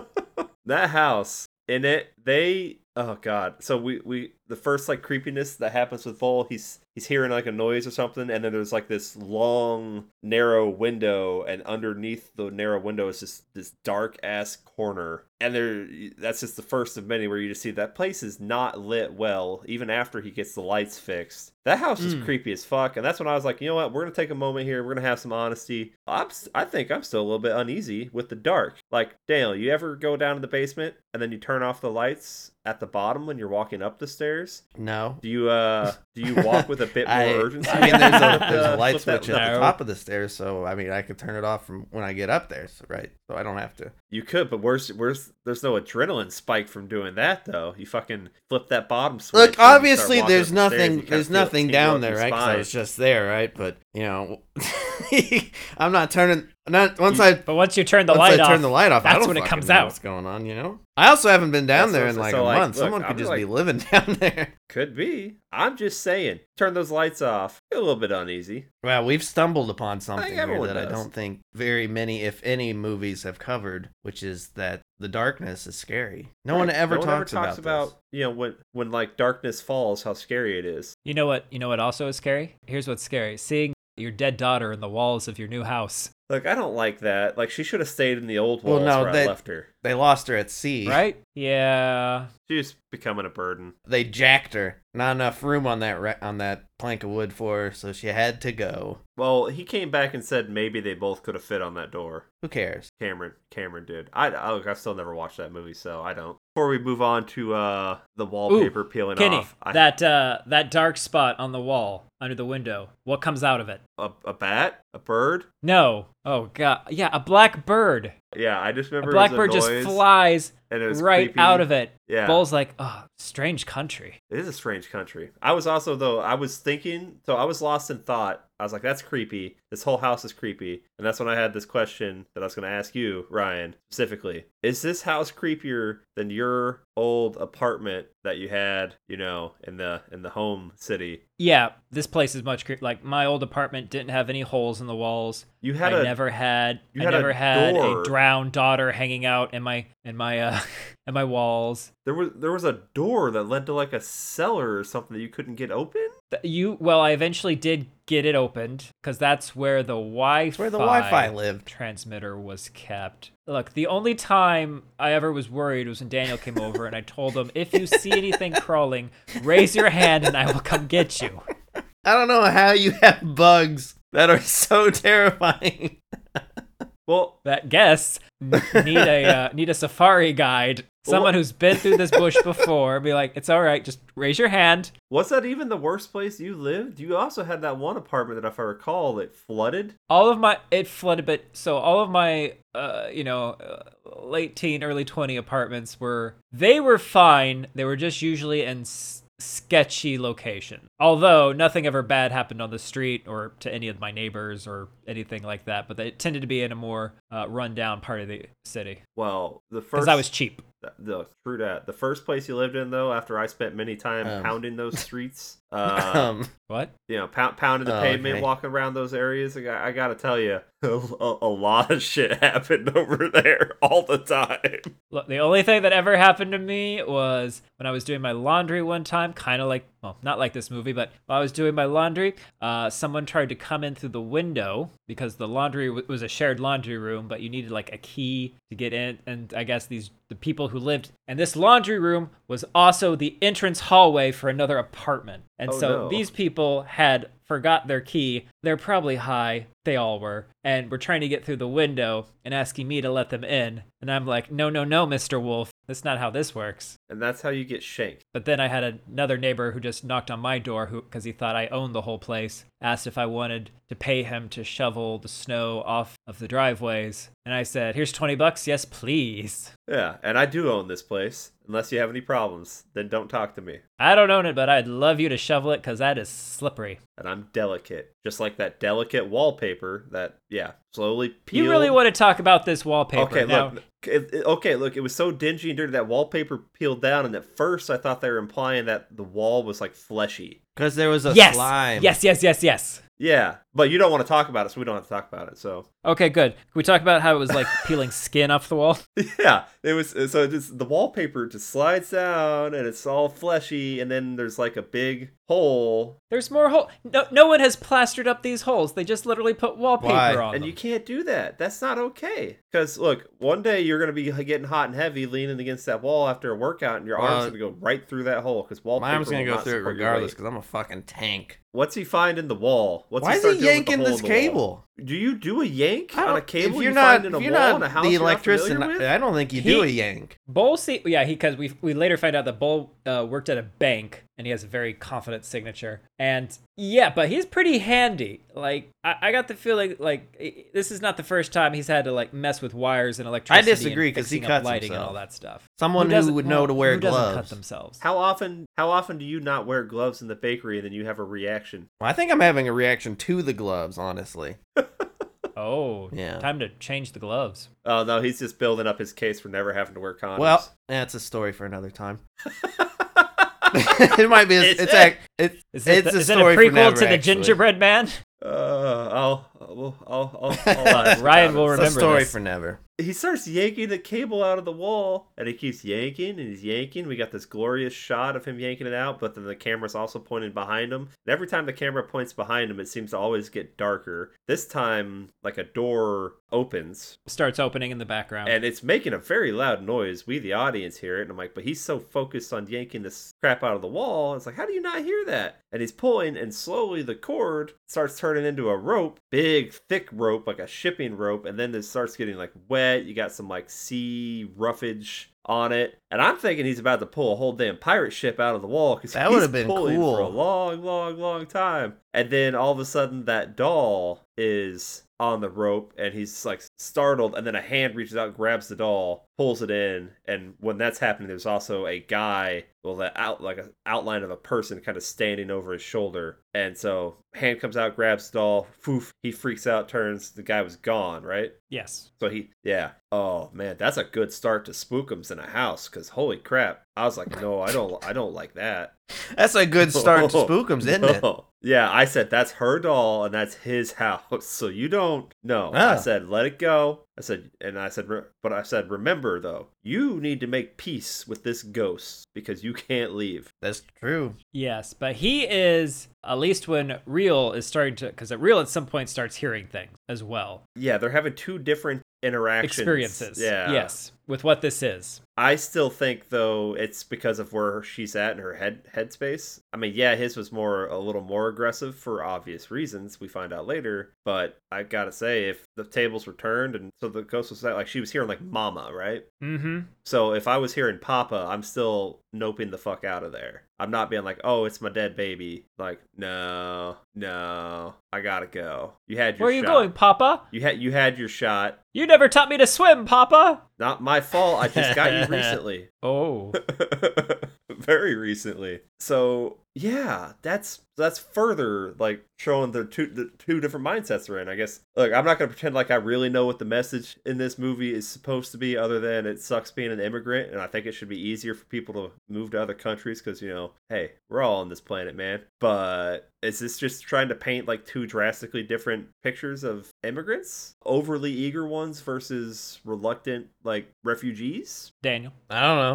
[SPEAKER 3] that house in it, they oh god. So we we the first like creepiness that happens with Vol, he's he's hearing like a noise or something, and then there's like this long narrow window, and underneath the narrow window is just this dark ass corner, and there that's just the first of many where you just see that place is not lit well, even after he gets the lights fixed. That house is
[SPEAKER 1] Hmm.
[SPEAKER 2] Mm.
[SPEAKER 3] creepy as fuck, and that's when I was like, you know what, we're gonna take a moment here, we're gonna have some honesty. I'm, s- I think I'm still a little bit uneasy with the dark. Like, Daniel, you ever go down to the basement and then you turn off the lights at the bottom when you're walking up the stairs?
[SPEAKER 1] No,
[SPEAKER 3] Do you uh do you walk with a bit more
[SPEAKER 1] I,
[SPEAKER 3] urgency?
[SPEAKER 1] I mean, there's a, there's a
[SPEAKER 3] Uh,
[SPEAKER 1] light
[SPEAKER 3] flip that-
[SPEAKER 1] switch at the
[SPEAKER 2] No.
[SPEAKER 1] top of the stairs, so I mean, I could turn it off from when I get up there, so, right? So I don't have to.
[SPEAKER 3] You could, but where's where's there's no adrenaline spike from doing that though. You fucking flip that bottom switch.
[SPEAKER 1] Look,
[SPEAKER 3] and you start
[SPEAKER 1] obviously,
[SPEAKER 3] walking up
[SPEAKER 1] there's
[SPEAKER 3] the stairs,
[SPEAKER 1] nothing
[SPEAKER 3] you kinda
[SPEAKER 1] there's
[SPEAKER 3] feel it
[SPEAKER 1] nothing
[SPEAKER 3] tingle
[SPEAKER 1] down
[SPEAKER 3] up
[SPEAKER 1] there,
[SPEAKER 3] your
[SPEAKER 1] right? Because I
[SPEAKER 3] spine.
[SPEAKER 1] was just there, right? But you know, I'm not turning. Not once I
[SPEAKER 2] But once you turn the
[SPEAKER 1] Once
[SPEAKER 2] light
[SPEAKER 1] I
[SPEAKER 2] off,
[SPEAKER 1] turn the light off, I
[SPEAKER 2] that's
[SPEAKER 1] don't
[SPEAKER 2] when it
[SPEAKER 1] fucking
[SPEAKER 2] comes
[SPEAKER 1] know
[SPEAKER 2] out.
[SPEAKER 1] What's going on? You know. I also haven't been down
[SPEAKER 3] That's
[SPEAKER 1] there
[SPEAKER 3] what
[SPEAKER 1] in
[SPEAKER 3] I'm
[SPEAKER 1] like
[SPEAKER 3] saying.
[SPEAKER 1] a
[SPEAKER 3] So, like,
[SPEAKER 1] month.
[SPEAKER 3] look,
[SPEAKER 1] Someone
[SPEAKER 3] I'm
[SPEAKER 1] could just
[SPEAKER 3] like-
[SPEAKER 1] be living down there.
[SPEAKER 3] Could be. I'm just saying. Turn those lights off. Feel a little bit uneasy.
[SPEAKER 1] Well, we've stumbled upon something here
[SPEAKER 3] everyone
[SPEAKER 1] that I
[SPEAKER 3] does.
[SPEAKER 1] don't think very many, if any, movies have covered, which is that the darkness is scary. No one
[SPEAKER 3] Right.
[SPEAKER 1] ever
[SPEAKER 3] no
[SPEAKER 1] talks
[SPEAKER 3] one ever talks
[SPEAKER 1] about,
[SPEAKER 3] about, you know when when like darkness falls, how scary it is.
[SPEAKER 2] You know what? You know what also is scary? Here's what's scary: seeing your dead daughter in the walls of your new house.
[SPEAKER 3] Like I don't like that. Like she should have stayed in the old
[SPEAKER 1] Well,
[SPEAKER 3] walls
[SPEAKER 1] no,
[SPEAKER 3] where
[SPEAKER 1] that-
[SPEAKER 3] I left her.
[SPEAKER 1] They lost her at sea.
[SPEAKER 2] Right? Yeah.
[SPEAKER 3] She was becoming a burden.
[SPEAKER 1] They jacked her. Not enough room on that re- on that plank of wood for her, so she had to go.
[SPEAKER 3] Well, he came back and said maybe they both could have fit on that door.
[SPEAKER 1] Who cares?
[SPEAKER 3] Cameron Cameron did. I, I look, I've still never watched that movie, so I don't. Before we move on to uh the wallpaper peeling
[SPEAKER 2] Kenny,
[SPEAKER 3] off, I,
[SPEAKER 2] that uh, that dark spot on the wall under the window. What comes out of it?
[SPEAKER 3] a, a bat, a bird.
[SPEAKER 2] No. Oh god. Yeah, a black bird.
[SPEAKER 3] Yeah, I just
[SPEAKER 2] A
[SPEAKER 3] remember
[SPEAKER 2] black
[SPEAKER 3] it
[SPEAKER 2] bird
[SPEAKER 3] was
[SPEAKER 2] just
[SPEAKER 3] a noise,
[SPEAKER 2] flies
[SPEAKER 3] and it was
[SPEAKER 2] right
[SPEAKER 3] creepy.
[SPEAKER 2] out of it.
[SPEAKER 3] Yeah,
[SPEAKER 2] Bull's like, oh, strange country.
[SPEAKER 3] it is a strange country. I was also though I was thinking, so I was lost in thought. I was like, that's creepy. This whole house is creepy, and that's when I had this question that I was going to ask you, Ryan, specifically. Is this house creepier than your old apartment that you had, you know, in the in the home city?
[SPEAKER 2] Yeah, this place is much creep. Like my old apartment didn't have any holes in the walls.
[SPEAKER 3] You
[SPEAKER 2] I
[SPEAKER 3] had a
[SPEAKER 2] never had.
[SPEAKER 3] you
[SPEAKER 2] I
[SPEAKER 3] had a
[SPEAKER 2] never had
[SPEAKER 3] door.
[SPEAKER 2] a drowned daughter hanging out in my in my uh in my walls.
[SPEAKER 3] There was there was a door that led to like a cellar or something that you couldn't get open.
[SPEAKER 2] Th- You well, I eventually did get it opened because that's where the Wi-Fi.
[SPEAKER 1] It's where the Wi-Fi lived.
[SPEAKER 2] transmitter was kept. Look, the only time I ever was worried was when Daniel came over and I told him, if you see anything crawling, raise your hand and I will come get you.
[SPEAKER 1] I don't know how you have bugs that are so terrifying.
[SPEAKER 3] Well,
[SPEAKER 2] That guess n- need a uh, need a safari guide, someone who's been through this bush before. Be like, it's all right, just raise your hand.
[SPEAKER 3] was that even the worst place you lived? You also had that one apartment that, if I recall, that flooded.
[SPEAKER 2] all of my it flooded but so all of my uh you know uh, late teen early 20 apartments were they were fine they were just usually in s- sketchy location although nothing ever bad happened on the street or to any of my neighbors or anything like that but they tended to be in a more uh, rundown part of the city
[SPEAKER 3] Well, the first
[SPEAKER 2] because i was cheap
[SPEAKER 3] the, the true that the first place you lived in though. After I spent many time
[SPEAKER 1] Um.
[SPEAKER 3] pounding those streets, uh,
[SPEAKER 1] um,
[SPEAKER 2] what
[SPEAKER 3] you know, pound, pounding the
[SPEAKER 1] Oh,
[SPEAKER 3] pavement,
[SPEAKER 1] okay.
[SPEAKER 3] walking around those areas. I, got- I gotta tell you, a, a lot of shit happened over there all the time.
[SPEAKER 2] Look, the only thing that ever happened to me was when I was doing my laundry one time, kind of like, well, not like this movie, but while I was doing my laundry, uh, someone tried to come in through the window because the laundry w- was a shared laundry room, but you needed like a key to get in. And I guess these, the people who lived, and this laundry room was also the entrance hallway for another apartment. And
[SPEAKER 3] Oh,
[SPEAKER 2] so
[SPEAKER 3] no.
[SPEAKER 2] these people had forgot their key. They're probably high. They all were. And were trying to get through the window and asking me to let them in. And I'm like, no, no, no, Mr. Wolf. That's not how this works.
[SPEAKER 3] And that's how you get shanked.
[SPEAKER 2] But then I had another neighbor who just knocked on my door because he thought I owned the whole place, asked if I wanted to pay him to shovel the snow off of the driveways. And I said, here's 20 bucks. Yes, please.
[SPEAKER 3] Yeah, and I do own this place unless you have any problems. Then don't talk to me.
[SPEAKER 2] I don't own it, but I'd love you to shovel it because that is slippery.
[SPEAKER 3] And I'm delicate, just like that delicate wallpaper that yeah slowly peeled.
[SPEAKER 2] You really want to talk about this wallpaper?
[SPEAKER 3] Okay,
[SPEAKER 2] now,
[SPEAKER 3] look. it- it- okay, look. It was so dingy and dirty that wallpaper peeled down, and at first I thought they were implying that the wall was like fleshy.
[SPEAKER 1] Because there was a
[SPEAKER 2] yes,
[SPEAKER 1] slime.
[SPEAKER 2] yes, yes, yes, yes.
[SPEAKER 3] Yeah, but you don't want to talk about it, so we don't have to talk about it. So
[SPEAKER 2] Okay, good. Can we talk about how it was like peeling skin off the wall?
[SPEAKER 3] Yeah, it was uh, so it just the wallpaper just slides down and it's all fleshy, and then there's like a big hole,
[SPEAKER 2] There's more hole. No, no one has plastered up these holes. They just literally put wallpaper
[SPEAKER 1] Why?
[SPEAKER 2] on
[SPEAKER 3] and
[SPEAKER 2] them.
[SPEAKER 3] you can't do that. That's not okay. Because look, one day you're gonna be getting hot and heavy, leaning against that wall after a workout, and your arm's
[SPEAKER 1] Well,
[SPEAKER 3] gonna go right through that hole because wallpaper.
[SPEAKER 1] Uh, My arm's gonna
[SPEAKER 3] will
[SPEAKER 1] go
[SPEAKER 3] not
[SPEAKER 1] through it
[SPEAKER 3] support your
[SPEAKER 1] regardless
[SPEAKER 3] weight.
[SPEAKER 1] because I'm a fucking tank.
[SPEAKER 3] What's he find in the wall? What's
[SPEAKER 1] Why is
[SPEAKER 3] start
[SPEAKER 1] he
[SPEAKER 3] doing with the
[SPEAKER 1] yanking
[SPEAKER 3] hole in
[SPEAKER 1] this
[SPEAKER 3] the wall?
[SPEAKER 1] cable?
[SPEAKER 3] Do you do a yank
[SPEAKER 1] I
[SPEAKER 3] on a
[SPEAKER 1] don't-
[SPEAKER 3] cable?
[SPEAKER 1] If
[SPEAKER 3] you
[SPEAKER 1] you're not,
[SPEAKER 3] find in a
[SPEAKER 1] if you're
[SPEAKER 3] wall
[SPEAKER 1] not
[SPEAKER 3] in a house
[SPEAKER 1] the uh,
[SPEAKER 3] you're not
[SPEAKER 1] electricity,
[SPEAKER 3] familiar with?
[SPEAKER 1] I don't think you
[SPEAKER 2] He-
[SPEAKER 1] do a yank.
[SPEAKER 2] Bull see, yeah, he because we we later find out that Bull uh, worked at a bank and he has a very confident signature. And yeah, but he's pretty handy. Like I, I got the feeling like i- this is not the first time he's had to like mess with wires and electricity. and
[SPEAKER 1] disagree 'cause he
[SPEAKER 2] fixing up
[SPEAKER 1] cuts
[SPEAKER 2] lighting and
[SPEAKER 1] himself.
[SPEAKER 2] all that stuff.
[SPEAKER 1] Someone who,
[SPEAKER 2] doesn't-
[SPEAKER 1] would know
[SPEAKER 2] well,
[SPEAKER 1] to wear
[SPEAKER 2] who doesn't
[SPEAKER 1] gloves.
[SPEAKER 2] cut themselves.
[SPEAKER 3] How often? How often do you not wear gloves in the bakery, and then you have a reaction?
[SPEAKER 1] Well, I think I'm having a reaction to the gloves, honestly.
[SPEAKER 2] Oh,
[SPEAKER 1] Yeah.
[SPEAKER 2] Time to change the gloves.
[SPEAKER 3] Oh no, he's just building up his case for never having to wear condoms.
[SPEAKER 1] Well, that's a story for another time. it might be. A,
[SPEAKER 3] Is
[SPEAKER 1] it's
[SPEAKER 3] it?
[SPEAKER 1] ac- it's
[SPEAKER 2] Is it,
[SPEAKER 1] It's
[SPEAKER 2] the-
[SPEAKER 1] a
[SPEAKER 2] is it a
[SPEAKER 1] story for
[SPEAKER 2] prequel
[SPEAKER 1] never,
[SPEAKER 2] to the
[SPEAKER 1] actually.
[SPEAKER 2] gingerbread man?
[SPEAKER 3] uh, I'll, I'll, I'll, I'll, I'll
[SPEAKER 2] Ryan will
[SPEAKER 3] about it.
[SPEAKER 1] it's a
[SPEAKER 2] remember
[SPEAKER 1] story
[SPEAKER 2] this.
[SPEAKER 1] for never.
[SPEAKER 3] He starts yanking the cable out of the wall, and he keeps yanking and he's yanking. We got this glorious shot of him yanking it out, but then the camera's also pointed behind him. And every time the camera points behind him, it seems to always get darker. This time, like a door opens,
[SPEAKER 2] Starts opening in the background.
[SPEAKER 3] and it's making a very loud noise. We, the audience, hear it, and I'm like, but he's so focused on yanking this crap out of the wall. It's like, how do you not hear that? And he's pulling, and slowly the cord starts turning into a rope, big, thick rope, like a shipping rope, and then it starts getting like wet. You got some like sea roughage on it, and I'm thinking he's about to pull a whole damn pirate ship out of the wall because
[SPEAKER 1] That
[SPEAKER 3] he's
[SPEAKER 1] would've been
[SPEAKER 3] pulling for a
[SPEAKER 1] cool.
[SPEAKER 3] long, long, long time. And then all of a sudden, that doll is on the rope and he's like startled. And then a hand reaches out, grabs the doll, pulls it in. And when that's happening, there's also a guy, well, the out like an outline of a person kind of standing over his shoulder. And so, hand comes out, grabs the doll, foof, he freaks out, turns. The guy was gone, right?
[SPEAKER 2] yes.
[SPEAKER 3] So he, yeah. Oh man, that's a good start to spookums in a house. Cause holy crap, I was like, no, I don't, I don't like that.
[SPEAKER 1] That's a good start to
[SPEAKER 3] No,
[SPEAKER 1] Spookums, isn't it?
[SPEAKER 3] no. Yeah, I said that's her doll and that's his house. So you don't no. I
[SPEAKER 1] Ah.
[SPEAKER 3] said let it go. I said and I said re- but I said remember though, you need to make peace with this ghost because you can't leave.
[SPEAKER 1] That's true.
[SPEAKER 2] Yes, but he is at least when real is starting to because real at some point starts hearing things as well,
[SPEAKER 3] Yeah, they're having two different interactions.
[SPEAKER 2] experiences.
[SPEAKER 3] Yeah.
[SPEAKER 2] Yes, with what this is.
[SPEAKER 3] I still think though it's because of where she's at in her head headspace. I mean, yeah, his was more a little more aggressive for obvious reasons we find out later. But I gotta say, if the tables were turned and so the ghost was like she was hearing like "mama," right?
[SPEAKER 2] Mm-hmm.
[SPEAKER 3] So if I was hearing "papa," I'm still noping the fuck out of there. I'm not being like, "Oh, it's my dead baby." Like, no, no, I gotta go. You had your.
[SPEAKER 2] Where are you
[SPEAKER 3] shot.
[SPEAKER 2] going, Papa?
[SPEAKER 3] You had you had your shot.
[SPEAKER 2] You never taught me to swim, Papa.
[SPEAKER 3] Not my fault. I just got you recently.
[SPEAKER 2] Oh,
[SPEAKER 3] very recently. So yeah, that's that's further like showing the two the two different mindsets they're in. I guess. Look, I'm not gonna pretend like I really know what the message in this movie is supposed to be, other than it sucks being an immigrant, and I think it should be easier for people to move to other countries because you know, hey, we're all on this planet, man. But is this just trying to paint like two drastically different pictures of immigrants, overly eager ones versus reluctant like refugees?
[SPEAKER 2] Daniel.
[SPEAKER 1] I don't know.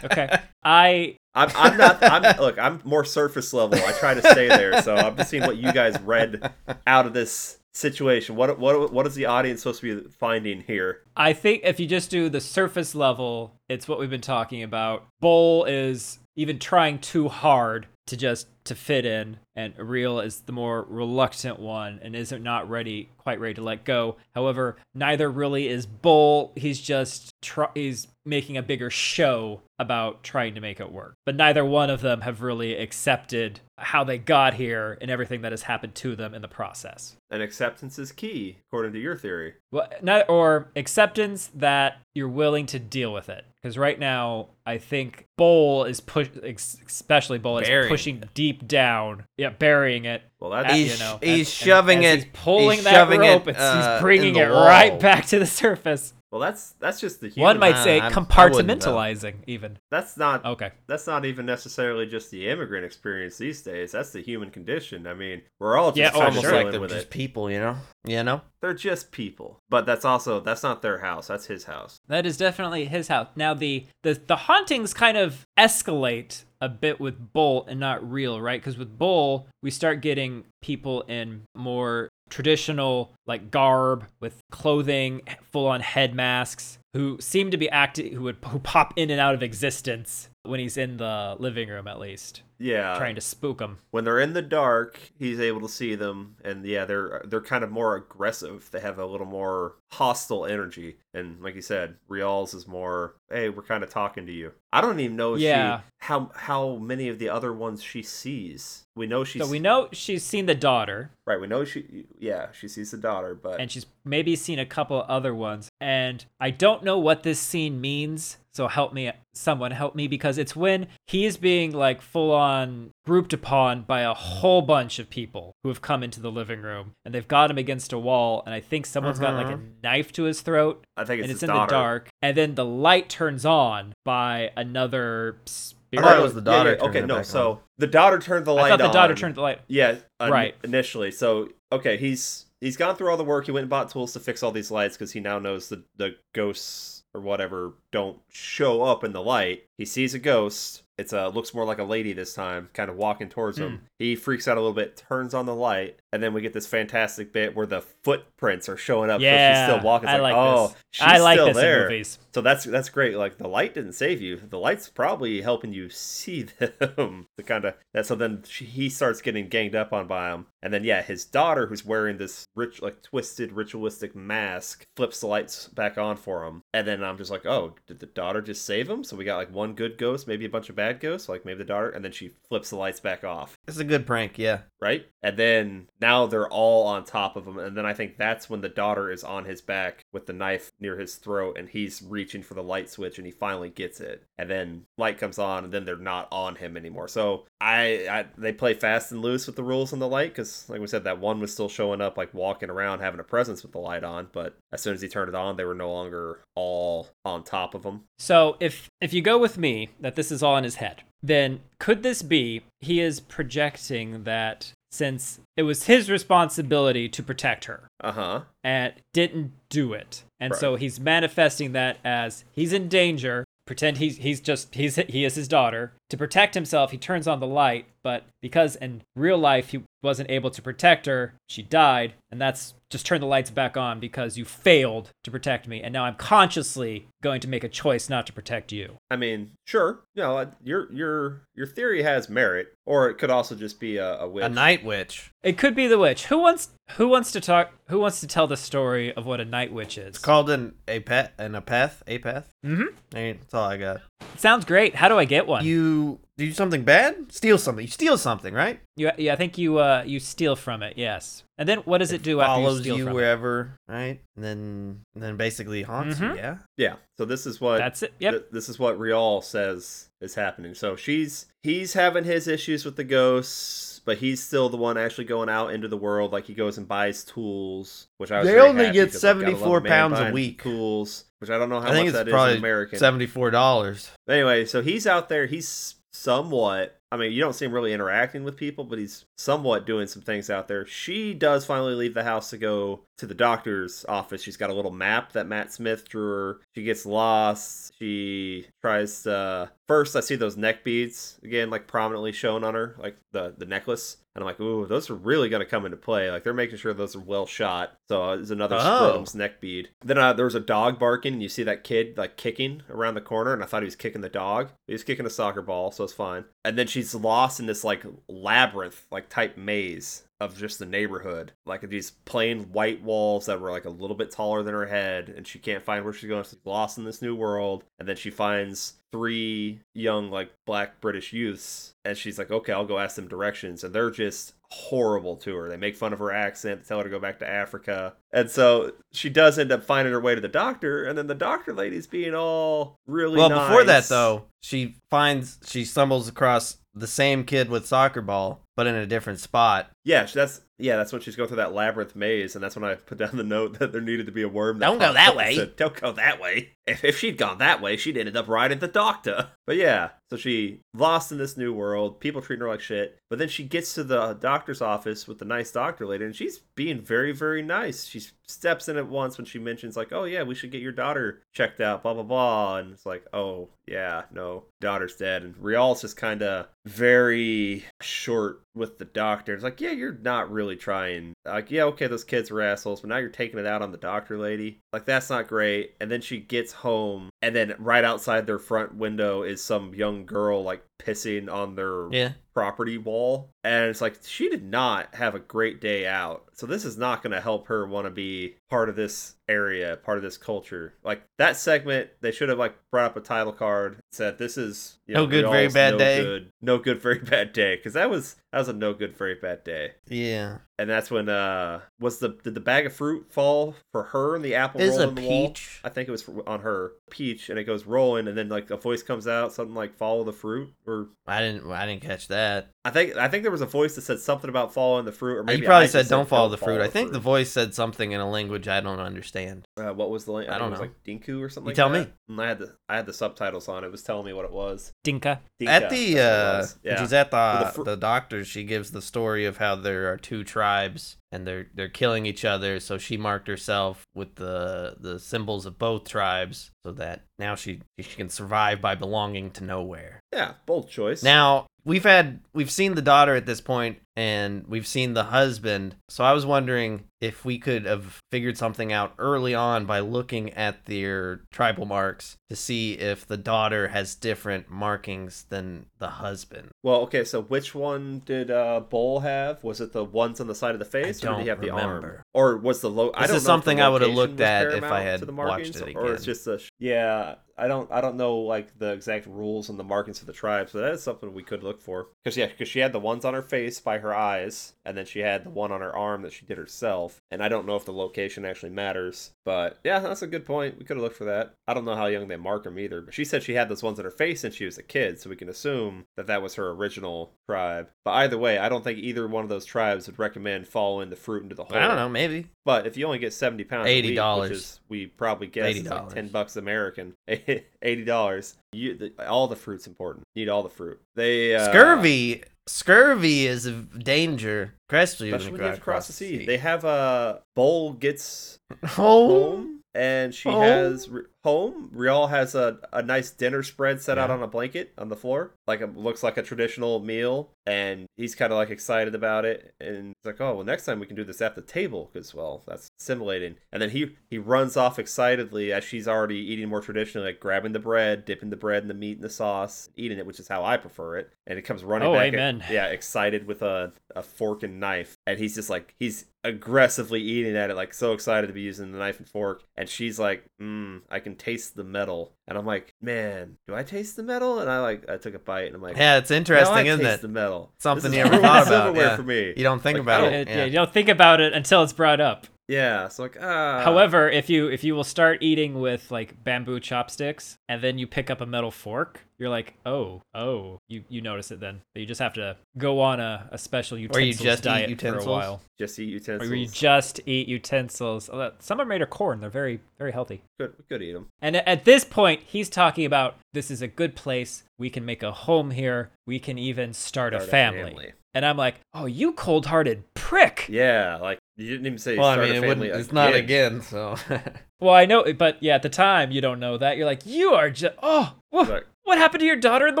[SPEAKER 2] Okay, I
[SPEAKER 3] I'm, I'm not. I'm look. I'm more surface level. I try to stay there. So I'm just seeing what you guys read out of this situation. What what what is the audience supposed to be finding here?
[SPEAKER 2] I think if you just do the surface level, it's what we've been talking about. Bull is even trying too hard to just to fit in, and Ariel is the more reluctant one and isn't not ready, quite ready to let go. However, neither really is Bull. He's just tr- he's making a bigger show about trying to make it work. But neither one of them have really accepted how they got here and everything that has happened to them in the process.
[SPEAKER 3] And acceptance is key, according to your theory.
[SPEAKER 2] Well, not, or acceptance that you're willing to deal with it. Because right now, I think Bowl is push, ex- especially Bowl is
[SPEAKER 1] Burying Uh,
[SPEAKER 2] pushing deep down, yeah, burying it.
[SPEAKER 3] Well, that's
[SPEAKER 2] at-
[SPEAKER 1] He's-
[SPEAKER 2] you know,
[SPEAKER 1] he's
[SPEAKER 2] as-
[SPEAKER 1] shoving
[SPEAKER 2] as- as
[SPEAKER 1] it-
[SPEAKER 2] He's pulling
[SPEAKER 1] he's
[SPEAKER 2] that
[SPEAKER 1] shoving it,
[SPEAKER 2] rope. it's,
[SPEAKER 1] uh,
[SPEAKER 2] he's bringing
[SPEAKER 1] in
[SPEAKER 2] it
[SPEAKER 1] the
[SPEAKER 2] right
[SPEAKER 1] wall.
[SPEAKER 2] back to the surface.
[SPEAKER 3] well, that's that's just the human.
[SPEAKER 2] One might
[SPEAKER 1] Nah,
[SPEAKER 2] say
[SPEAKER 1] I'm- I wouldn't, though.
[SPEAKER 2] compartmentalizing, even.
[SPEAKER 3] that's not
[SPEAKER 1] Oh.
[SPEAKER 2] Okay.
[SPEAKER 3] that's not even necessarily just the immigrant experience these days. That's the human condition. I mean, we're all
[SPEAKER 2] Yeah,
[SPEAKER 3] just
[SPEAKER 1] It's
[SPEAKER 2] oh,
[SPEAKER 3] kind
[SPEAKER 1] almost
[SPEAKER 3] of
[SPEAKER 2] sure.
[SPEAKER 1] like
[SPEAKER 3] dealing
[SPEAKER 1] they're
[SPEAKER 3] with
[SPEAKER 1] just
[SPEAKER 3] it.
[SPEAKER 1] people, you know? You know?
[SPEAKER 3] They're just people. But that's also that's not their house. That's his house.
[SPEAKER 2] That is definitely his house. Now the the the hauntings kind of escalate a bit with Bull and not real, right? Because with Bull, we start getting people in more traditional like garb with clothing, full on head masks, who seem to be acting, who would who pop in and out of existence when he's in the living room, at least
[SPEAKER 3] Yeah.
[SPEAKER 2] trying to spook him.
[SPEAKER 3] when they're in the dark, he's able to see them, and yeah, they're they're kind of more aggressive. They have a little more hostile energy, and like you said, Rial's is more, hey, we're kind of talking to you. I don't even know if
[SPEAKER 2] Yeah.
[SPEAKER 3] she, how how many of the other ones she sees. We know she's
[SPEAKER 2] So we know she's seen the daughter.
[SPEAKER 3] right. We know she yeah she sees the daughter, but
[SPEAKER 2] and she's maybe seen a couple other ones and i don't know what this scene means so help me someone help me because it's when he is being like full on grouped upon by a whole bunch of people who have come into the living room and they've got him against a wall and i think someone's got like a knife to his throat
[SPEAKER 3] I think Uh-huh. it's,
[SPEAKER 2] and it's
[SPEAKER 3] his
[SPEAKER 2] in
[SPEAKER 3] daughter.
[SPEAKER 2] the dark and then the light turns on by another
[SPEAKER 1] I
[SPEAKER 2] spirit
[SPEAKER 1] thought it was the
[SPEAKER 3] Yeah, yeah,
[SPEAKER 1] daughter turning
[SPEAKER 3] okay,
[SPEAKER 1] it
[SPEAKER 3] no,
[SPEAKER 1] back
[SPEAKER 3] so the daughter turned the
[SPEAKER 2] I
[SPEAKER 3] light
[SPEAKER 2] thought the
[SPEAKER 3] on.
[SPEAKER 2] daughter turned the light
[SPEAKER 3] Yeah, un-
[SPEAKER 2] Right.
[SPEAKER 3] Initially, so okay, he's he's gone through all the work. He went and bought tools to fix all these lights because he now knows the the ghosts or whatever don't show up in the light. He sees a ghost. It's a looks more like a lady this time, kind of walking towards
[SPEAKER 2] Hmm.
[SPEAKER 3] him. He freaks out a little bit, turns on the light, and then we get this fantastic bit where the footprints are showing up. so
[SPEAKER 2] yeah
[SPEAKER 3] she's still walking. It's
[SPEAKER 2] i like
[SPEAKER 3] oh,
[SPEAKER 2] this
[SPEAKER 3] she's
[SPEAKER 2] i like
[SPEAKER 3] still
[SPEAKER 2] this
[SPEAKER 3] there.
[SPEAKER 2] in movies
[SPEAKER 3] So that's that's great. Like the light didn't save you. The light's probably helping you see them. the kind of that. So then she, he starts getting ganged up on by him, and then yeah, his daughter, who's wearing this rich, like twisted ritualistic mask, flips the lights back on for him. And then I'm just like, oh, did the daughter just save him? So we got like one good ghost, maybe a bunch of bad ghosts. Like maybe the daughter, and then she flips the lights back off
[SPEAKER 1] It's a good prank, yeah.
[SPEAKER 3] right? And then now they're all on top of him. And then I think that's when the daughter is on his back with the knife near his throat and he's reaching for the light switch and he finally gets it. And then light comes on and then they're not on him anymore. So I, I they play fast and loose with the rules and the light because, like we said, that one was still showing up, like walking around having a presence with the light on. But as soon as he turned it on, they were no longer all on top of him.
[SPEAKER 2] So if if you go with me that this is all in his head, then could this be he is projecting that since it was his responsibility to protect her
[SPEAKER 3] Uh huh.
[SPEAKER 2] and didn't do it. And so he's manifesting that as he's in danger, pretend he's he's just he's he is his daughter. To protect himself, he turns on the light, but because in real life he wasn't able to protect her, she died, and that's just turn the lights back on because you failed to protect me and now I'm consciously going to make a choice not to protect you.
[SPEAKER 3] I mean, sure. You know, uh, your your your theory has merit, or it could also just be a, a witch.
[SPEAKER 1] A night witch.
[SPEAKER 2] It could be the witch. Who wants who wants to talk who wants to tell the story of what a night witch is?
[SPEAKER 1] It's called an apeth. An apeth? Apeth?
[SPEAKER 2] Mhm.
[SPEAKER 1] Hey, That's all I got.
[SPEAKER 2] Sounds great. How do I get one?
[SPEAKER 1] You do something bad? Steal something. You steal something, right?
[SPEAKER 2] You, yeah, I think you uh you steal from it. Yes. And then what does it, do after you
[SPEAKER 1] Follows
[SPEAKER 2] steal
[SPEAKER 1] you
[SPEAKER 2] from it?
[SPEAKER 1] wherever, right? And then and then basically haunts you,
[SPEAKER 2] Mhm.
[SPEAKER 1] yeah?
[SPEAKER 3] Yeah. So this is what
[SPEAKER 2] That's it. Yep.
[SPEAKER 3] th- this is what Rial says is happening. So she's he's having his issues with the ghosts, but he's still the one actually going out into the world. Like he goes and buys tools, which I was
[SPEAKER 1] They
[SPEAKER 3] very
[SPEAKER 1] only
[SPEAKER 3] happy
[SPEAKER 1] get
[SPEAKER 3] 'cause, like, gotta love
[SPEAKER 1] 74
[SPEAKER 3] man
[SPEAKER 1] pounds a
[SPEAKER 3] buying
[SPEAKER 1] week.
[SPEAKER 3] Tools, which I don't know how
[SPEAKER 1] I think
[SPEAKER 3] much that
[SPEAKER 1] it's
[SPEAKER 3] is in
[SPEAKER 1] probably
[SPEAKER 3] American.
[SPEAKER 1] $74.
[SPEAKER 3] Anyway, so he's out there. He's somewhat. I mean, you don't see him really interacting with people, but he's somewhat doing some things out there. She does finally leave the house to go to the doctor's office. She's got a little map that Matt Smith drew her. She gets lost. She tries to. First, I see those neck beads again, like prominently shown on her, like the the necklace. And I'm like, ooh, those are really gonna come into play. Like they're making sure those are well shot. So it's another
[SPEAKER 1] Oh.
[SPEAKER 3] scrotum Adam's neck bead. Then uh, there was a dog barking, and you see that kid like kicking around the corner, and I thought he was kicking the dog. He was kicking a soccer ball, so it's fine. And then she she's lost in this like labyrinth like type maze of just the neighborhood like these plain white walls that were like a little bit taller than her head and she can't find where she's going so she's lost in this new world and then she finds three young like black british youths and she's like okay i'll go ask them directions and they're just horrible to her they make fun of her accent they tell her to go back to africa and so she does end up finding her way to the doctor and then the doctor lady's being all really
[SPEAKER 1] well, before that
[SPEAKER 3] nice.
[SPEAKER 1] though, she finds she stumbles across the same kid with soccer ball, but in a different spot.
[SPEAKER 3] Yeah, she- that's yeah, that's when she's going through that labyrinth maze, and that's when I put down the note that there needed to be a worm. That
[SPEAKER 1] Don't go
[SPEAKER 3] popped
[SPEAKER 1] that
[SPEAKER 3] up and
[SPEAKER 1] way.
[SPEAKER 3] said, Don't go that way. If if she'd gone that way, she'd ended up right at the doctor. But yeah, so she lost in this new world, people treating her like shit. But then she gets to the doctor's office with the nice doctor lady, and she's being very very nice. She steps in at once when she mentions like, "Oh yeah, we should get your daughter checked out," blah blah blah, and it's like, "Oh yeah, no, daughter's dead." And Rial's just kind of very short with the doctor. It's like, yeah, you're not really trying. Like, yeah, okay, those kids were assholes, but now you're taking it out on the doctor lady. Like, that's not great. And then she gets home, and then right outside their front window is some young girl, like, pissing on their
[SPEAKER 1] Yeah.
[SPEAKER 3] property wall. And it's like, she did not have a great day out. So this is not going to help her want to be part of this area, part of this culture. Like that segment, they should have like brought up a title card said, this is you
[SPEAKER 1] No good, very
[SPEAKER 3] y'all's
[SPEAKER 1] bad
[SPEAKER 3] no
[SPEAKER 1] day."
[SPEAKER 3] Good, no good, very bad day. Cause that was, that was a no good, very bad day.
[SPEAKER 1] Yeah.
[SPEAKER 3] And that's when, uh, was the, did the bag of fruit fall for her and the apple
[SPEAKER 1] Is
[SPEAKER 3] roll
[SPEAKER 1] a
[SPEAKER 3] in the wall?
[SPEAKER 1] peach.
[SPEAKER 3] I think it was for- on her peach and it goes rolling. And then like a voice comes out, something like follow the fruit or
[SPEAKER 1] I didn't I didn't catch that.
[SPEAKER 3] I think I think there was a voice that said something about following the fruit, or maybe
[SPEAKER 1] He probably
[SPEAKER 3] I
[SPEAKER 1] said,
[SPEAKER 3] just
[SPEAKER 1] "Don't follow the fruit."
[SPEAKER 3] follow
[SPEAKER 1] I think the voice said something in a language I don't understand.
[SPEAKER 3] fruit." uh, what was the link?
[SPEAKER 1] I
[SPEAKER 3] I,
[SPEAKER 1] don't
[SPEAKER 3] don't know, like Dinku or something.
[SPEAKER 1] You
[SPEAKER 3] like
[SPEAKER 1] tell
[SPEAKER 3] that.
[SPEAKER 1] me.
[SPEAKER 3] And I had the I had the subtitles on. It was telling me what it was.
[SPEAKER 2] Dinka.
[SPEAKER 1] at
[SPEAKER 3] Dinka,
[SPEAKER 1] the uh,
[SPEAKER 3] that's what it was. yeah.
[SPEAKER 1] she's at the
[SPEAKER 3] the fr-
[SPEAKER 1] the doctor. She gives the story of how there are two tribes and they're they're killing each other. So she marked herself with the the symbols of both tribes, so that now she she can survive by belonging to nowhere.
[SPEAKER 3] yeah, bold choice.
[SPEAKER 1] Now we've had we've seen the daughter at this point, and we've seen the husband. So I was wondering if we could have figured something out early on by looking at their tribal marks to see if the daughter has different markings than the husband.
[SPEAKER 3] well, okay. So which one did uh, Bull have? Was it the ones on the side of the face, or
[SPEAKER 1] don't
[SPEAKER 3] did he have the
[SPEAKER 1] remember.
[SPEAKER 3] arm, or was the low? I
[SPEAKER 1] This is
[SPEAKER 3] don't know if the
[SPEAKER 1] something I would've
[SPEAKER 3] location
[SPEAKER 1] looked
[SPEAKER 3] was
[SPEAKER 1] at if I
[SPEAKER 3] paramount
[SPEAKER 1] had
[SPEAKER 3] to the
[SPEAKER 1] watched
[SPEAKER 3] markings,
[SPEAKER 1] it
[SPEAKER 3] or it's
[SPEAKER 1] again.
[SPEAKER 3] just a sh- yeah. I don't I don't know like the exact rules and the markings for the tribe, so that is something we could look for. Because yeah, because she had the ones on her face by her eyes, and then she had the one on her arm that she did herself. And I don't know if the location actually matters, but yeah, that's a good point. We could have looked for that. I don't know how young they mark them either, but she said she had those ones on her face since she was a kid, so we can assume that that was her original tribe. But either way, I don't think either one of those tribes would recommend following the fruit into the hole.
[SPEAKER 1] I don't know, maybe.
[SPEAKER 3] But if you only get seventy pounds, a week,
[SPEAKER 1] $80.
[SPEAKER 3] which is we probably guess is like
[SPEAKER 1] $80.
[SPEAKER 3] ten bucks American, eighty dollars. You the, all the fruit's important. You need all the fruit. They uh,
[SPEAKER 1] scurvy, scurvy is a danger, especially,
[SPEAKER 3] Especially
[SPEAKER 1] when
[SPEAKER 3] when you
[SPEAKER 1] go
[SPEAKER 3] have to cross the sea. They have a uh, bowl gets
[SPEAKER 1] oh,
[SPEAKER 3] home, and she
[SPEAKER 1] Home?
[SPEAKER 3] has has home. Rial has a, a nice dinner spread set out
[SPEAKER 1] Yeah.
[SPEAKER 3] on a blanket on the floor, like it looks like a traditional meal. And he's kind of like excited about it, and it's like, oh well, next time we can do this at the table because well, that's assimilating. And then he he runs off excitedly as she's already eating more traditionally, like grabbing the bread, dipping the bread in the meat and the sauce, eating it, which is how I prefer it. And it comes running
[SPEAKER 2] Oh,
[SPEAKER 3] back.
[SPEAKER 2] amen.
[SPEAKER 3] yeah, excited with a, a fork and knife. And he's just like, he's aggressively eating at it, like so excited to be using the knife and fork. And she's like, mm, I can taste the metal. And I'm like, man, do I taste the metal? And I like, I took a bite and I'm like,
[SPEAKER 1] yeah, it's
[SPEAKER 3] "No, I
[SPEAKER 1] interesting, isn't
[SPEAKER 3] taste
[SPEAKER 1] it?
[SPEAKER 3] The metal.
[SPEAKER 1] Something
[SPEAKER 3] This
[SPEAKER 1] you
[SPEAKER 3] is
[SPEAKER 1] ever
[SPEAKER 3] gold and
[SPEAKER 1] thought about?
[SPEAKER 3] silverware
[SPEAKER 1] Yeah.
[SPEAKER 3] for me.
[SPEAKER 1] You don't think
[SPEAKER 3] Like,
[SPEAKER 1] about
[SPEAKER 3] I
[SPEAKER 2] Yeah,
[SPEAKER 3] don't-
[SPEAKER 1] it.
[SPEAKER 2] yeah,
[SPEAKER 1] yeah.
[SPEAKER 2] you don't think about it until it's brought up.
[SPEAKER 3] Yeah. So like,
[SPEAKER 1] Uh,
[SPEAKER 3] ah.
[SPEAKER 2] However, if you if you will start eating with like bamboo chopsticks and then you pick up a metal fork, you're like, oh, oh, you you notice it then. But you just have to go on a, a special
[SPEAKER 1] you
[SPEAKER 2] utensils
[SPEAKER 1] just eat
[SPEAKER 2] diet
[SPEAKER 1] utensils?
[SPEAKER 2] for a while,
[SPEAKER 3] just eat
[SPEAKER 2] or
[SPEAKER 3] utensils.
[SPEAKER 2] you just eat utensils. Oh, that- Some are made of corn; they're very very healthy.
[SPEAKER 3] Good, good eat them.
[SPEAKER 2] And a- at this point, he's talking about this is a good place. We can make a home here. We can even start, a, family. And I'm like, oh, you cold-hearted prick.
[SPEAKER 3] Yeah, like you didn't even say.
[SPEAKER 1] Well, I
[SPEAKER 3] start
[SPEAKER 1] mean,
[SPEAKER 3] a
[SPEAKER 1] it
[SPEAKER 3] family
[SPEAKER 1] wouldn't, it's not
[SPEAKER 3] again.
[SPEAKER 1] again, so.
[SPEAKER 2] Well, I know, but yeah, at the time you don't know that. You're like, you are just oh, wha-
[SPEAKER 3] Like-
[SPEAKER 2] what happened to your daughter in the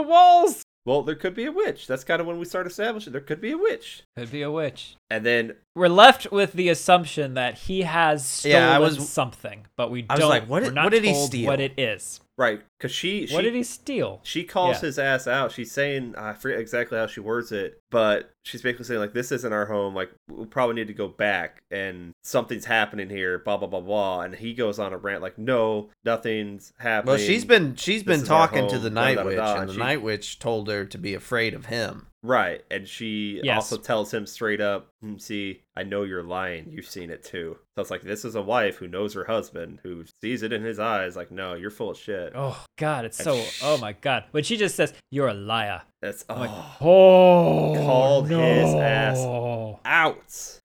[SPEAKER 2] walls?
[SPEAKER 3] Well, there could be a witch. That's kind of when we start establishing there could be a witch.
[SPEAKER 2] Could be a witch.
[SPEAKER 3] And then
[SPEAKER 2] we're left with the assumption that he has stolen
[SPEAKER 1] Yeah, I was-
[SPEAKER 2] something, but we don't.
[SPEAKER 1] I was like, what
[SPEAKER 2] we're
[SPEAKER 1] did-
[SPEAKER 2] not
[SPEAKER 1] what did he
[SPEAKER 2] told
[SPEAKER 1] steal?
[SPEAKER 2] What it is?
[SPEAKER 3] Right, because she, she
[SPEAKER 2] what did he steal?
[SPEAKER 3] She calls
[SPEAKER 2] Yeah.
[SPEAKER 3] his ass out. She's saying, I forget exactly how she words it, but she's basically saying, like, this isn't our home. Like, we probably need to go back and something's happening here, blah, blah, blah, blah. And he goes on a rant, like, no, nothing's happening.
[SPEAKER 1] Well, she's been she's been
[SPEAKER 3] is our
[SPEAKER 1] talking to
[SPEAKER 3] home,
[SPEAKER 1] the
[SPEAKER 3] da,
[SPEAKER 1] Night
[SPEAKER 3] da, da,
[SPEAKER 1] Witch,
[SPEAKER 3] da,
[SPEAKER 1] and the
[SPEAKER 3] she-
[SPEAKER 1] Night Witch told her to be afraid of him.
[SPEAKER 3] Right. And she
[SPEAKER 2] Yes.
[SPEAKER 3] also tells him straight up, "Hmm, see, I know you're lying. You've seen it too. So it's like, this is a wife who knows her husband, who sees it in his eyes. Like, no, you're full of shit.
[SPEAKER 2] Oh God, it's
[SPEAKER 3] And
[SPEAKER 2] so.
[SPEAKER 3] sh-
[SPEAKER 2] Oh my God, when she just says, "You're a liar,"
[SPEAKER 3] That's,
[SPEAKER 2] I'm like,
[SPEAKER 3] oh,
[SPEAKER 2] oh,
[SPEAKER 3] Called
[SPEAKER 2] no.
[SPEAKER 3] his ass. out.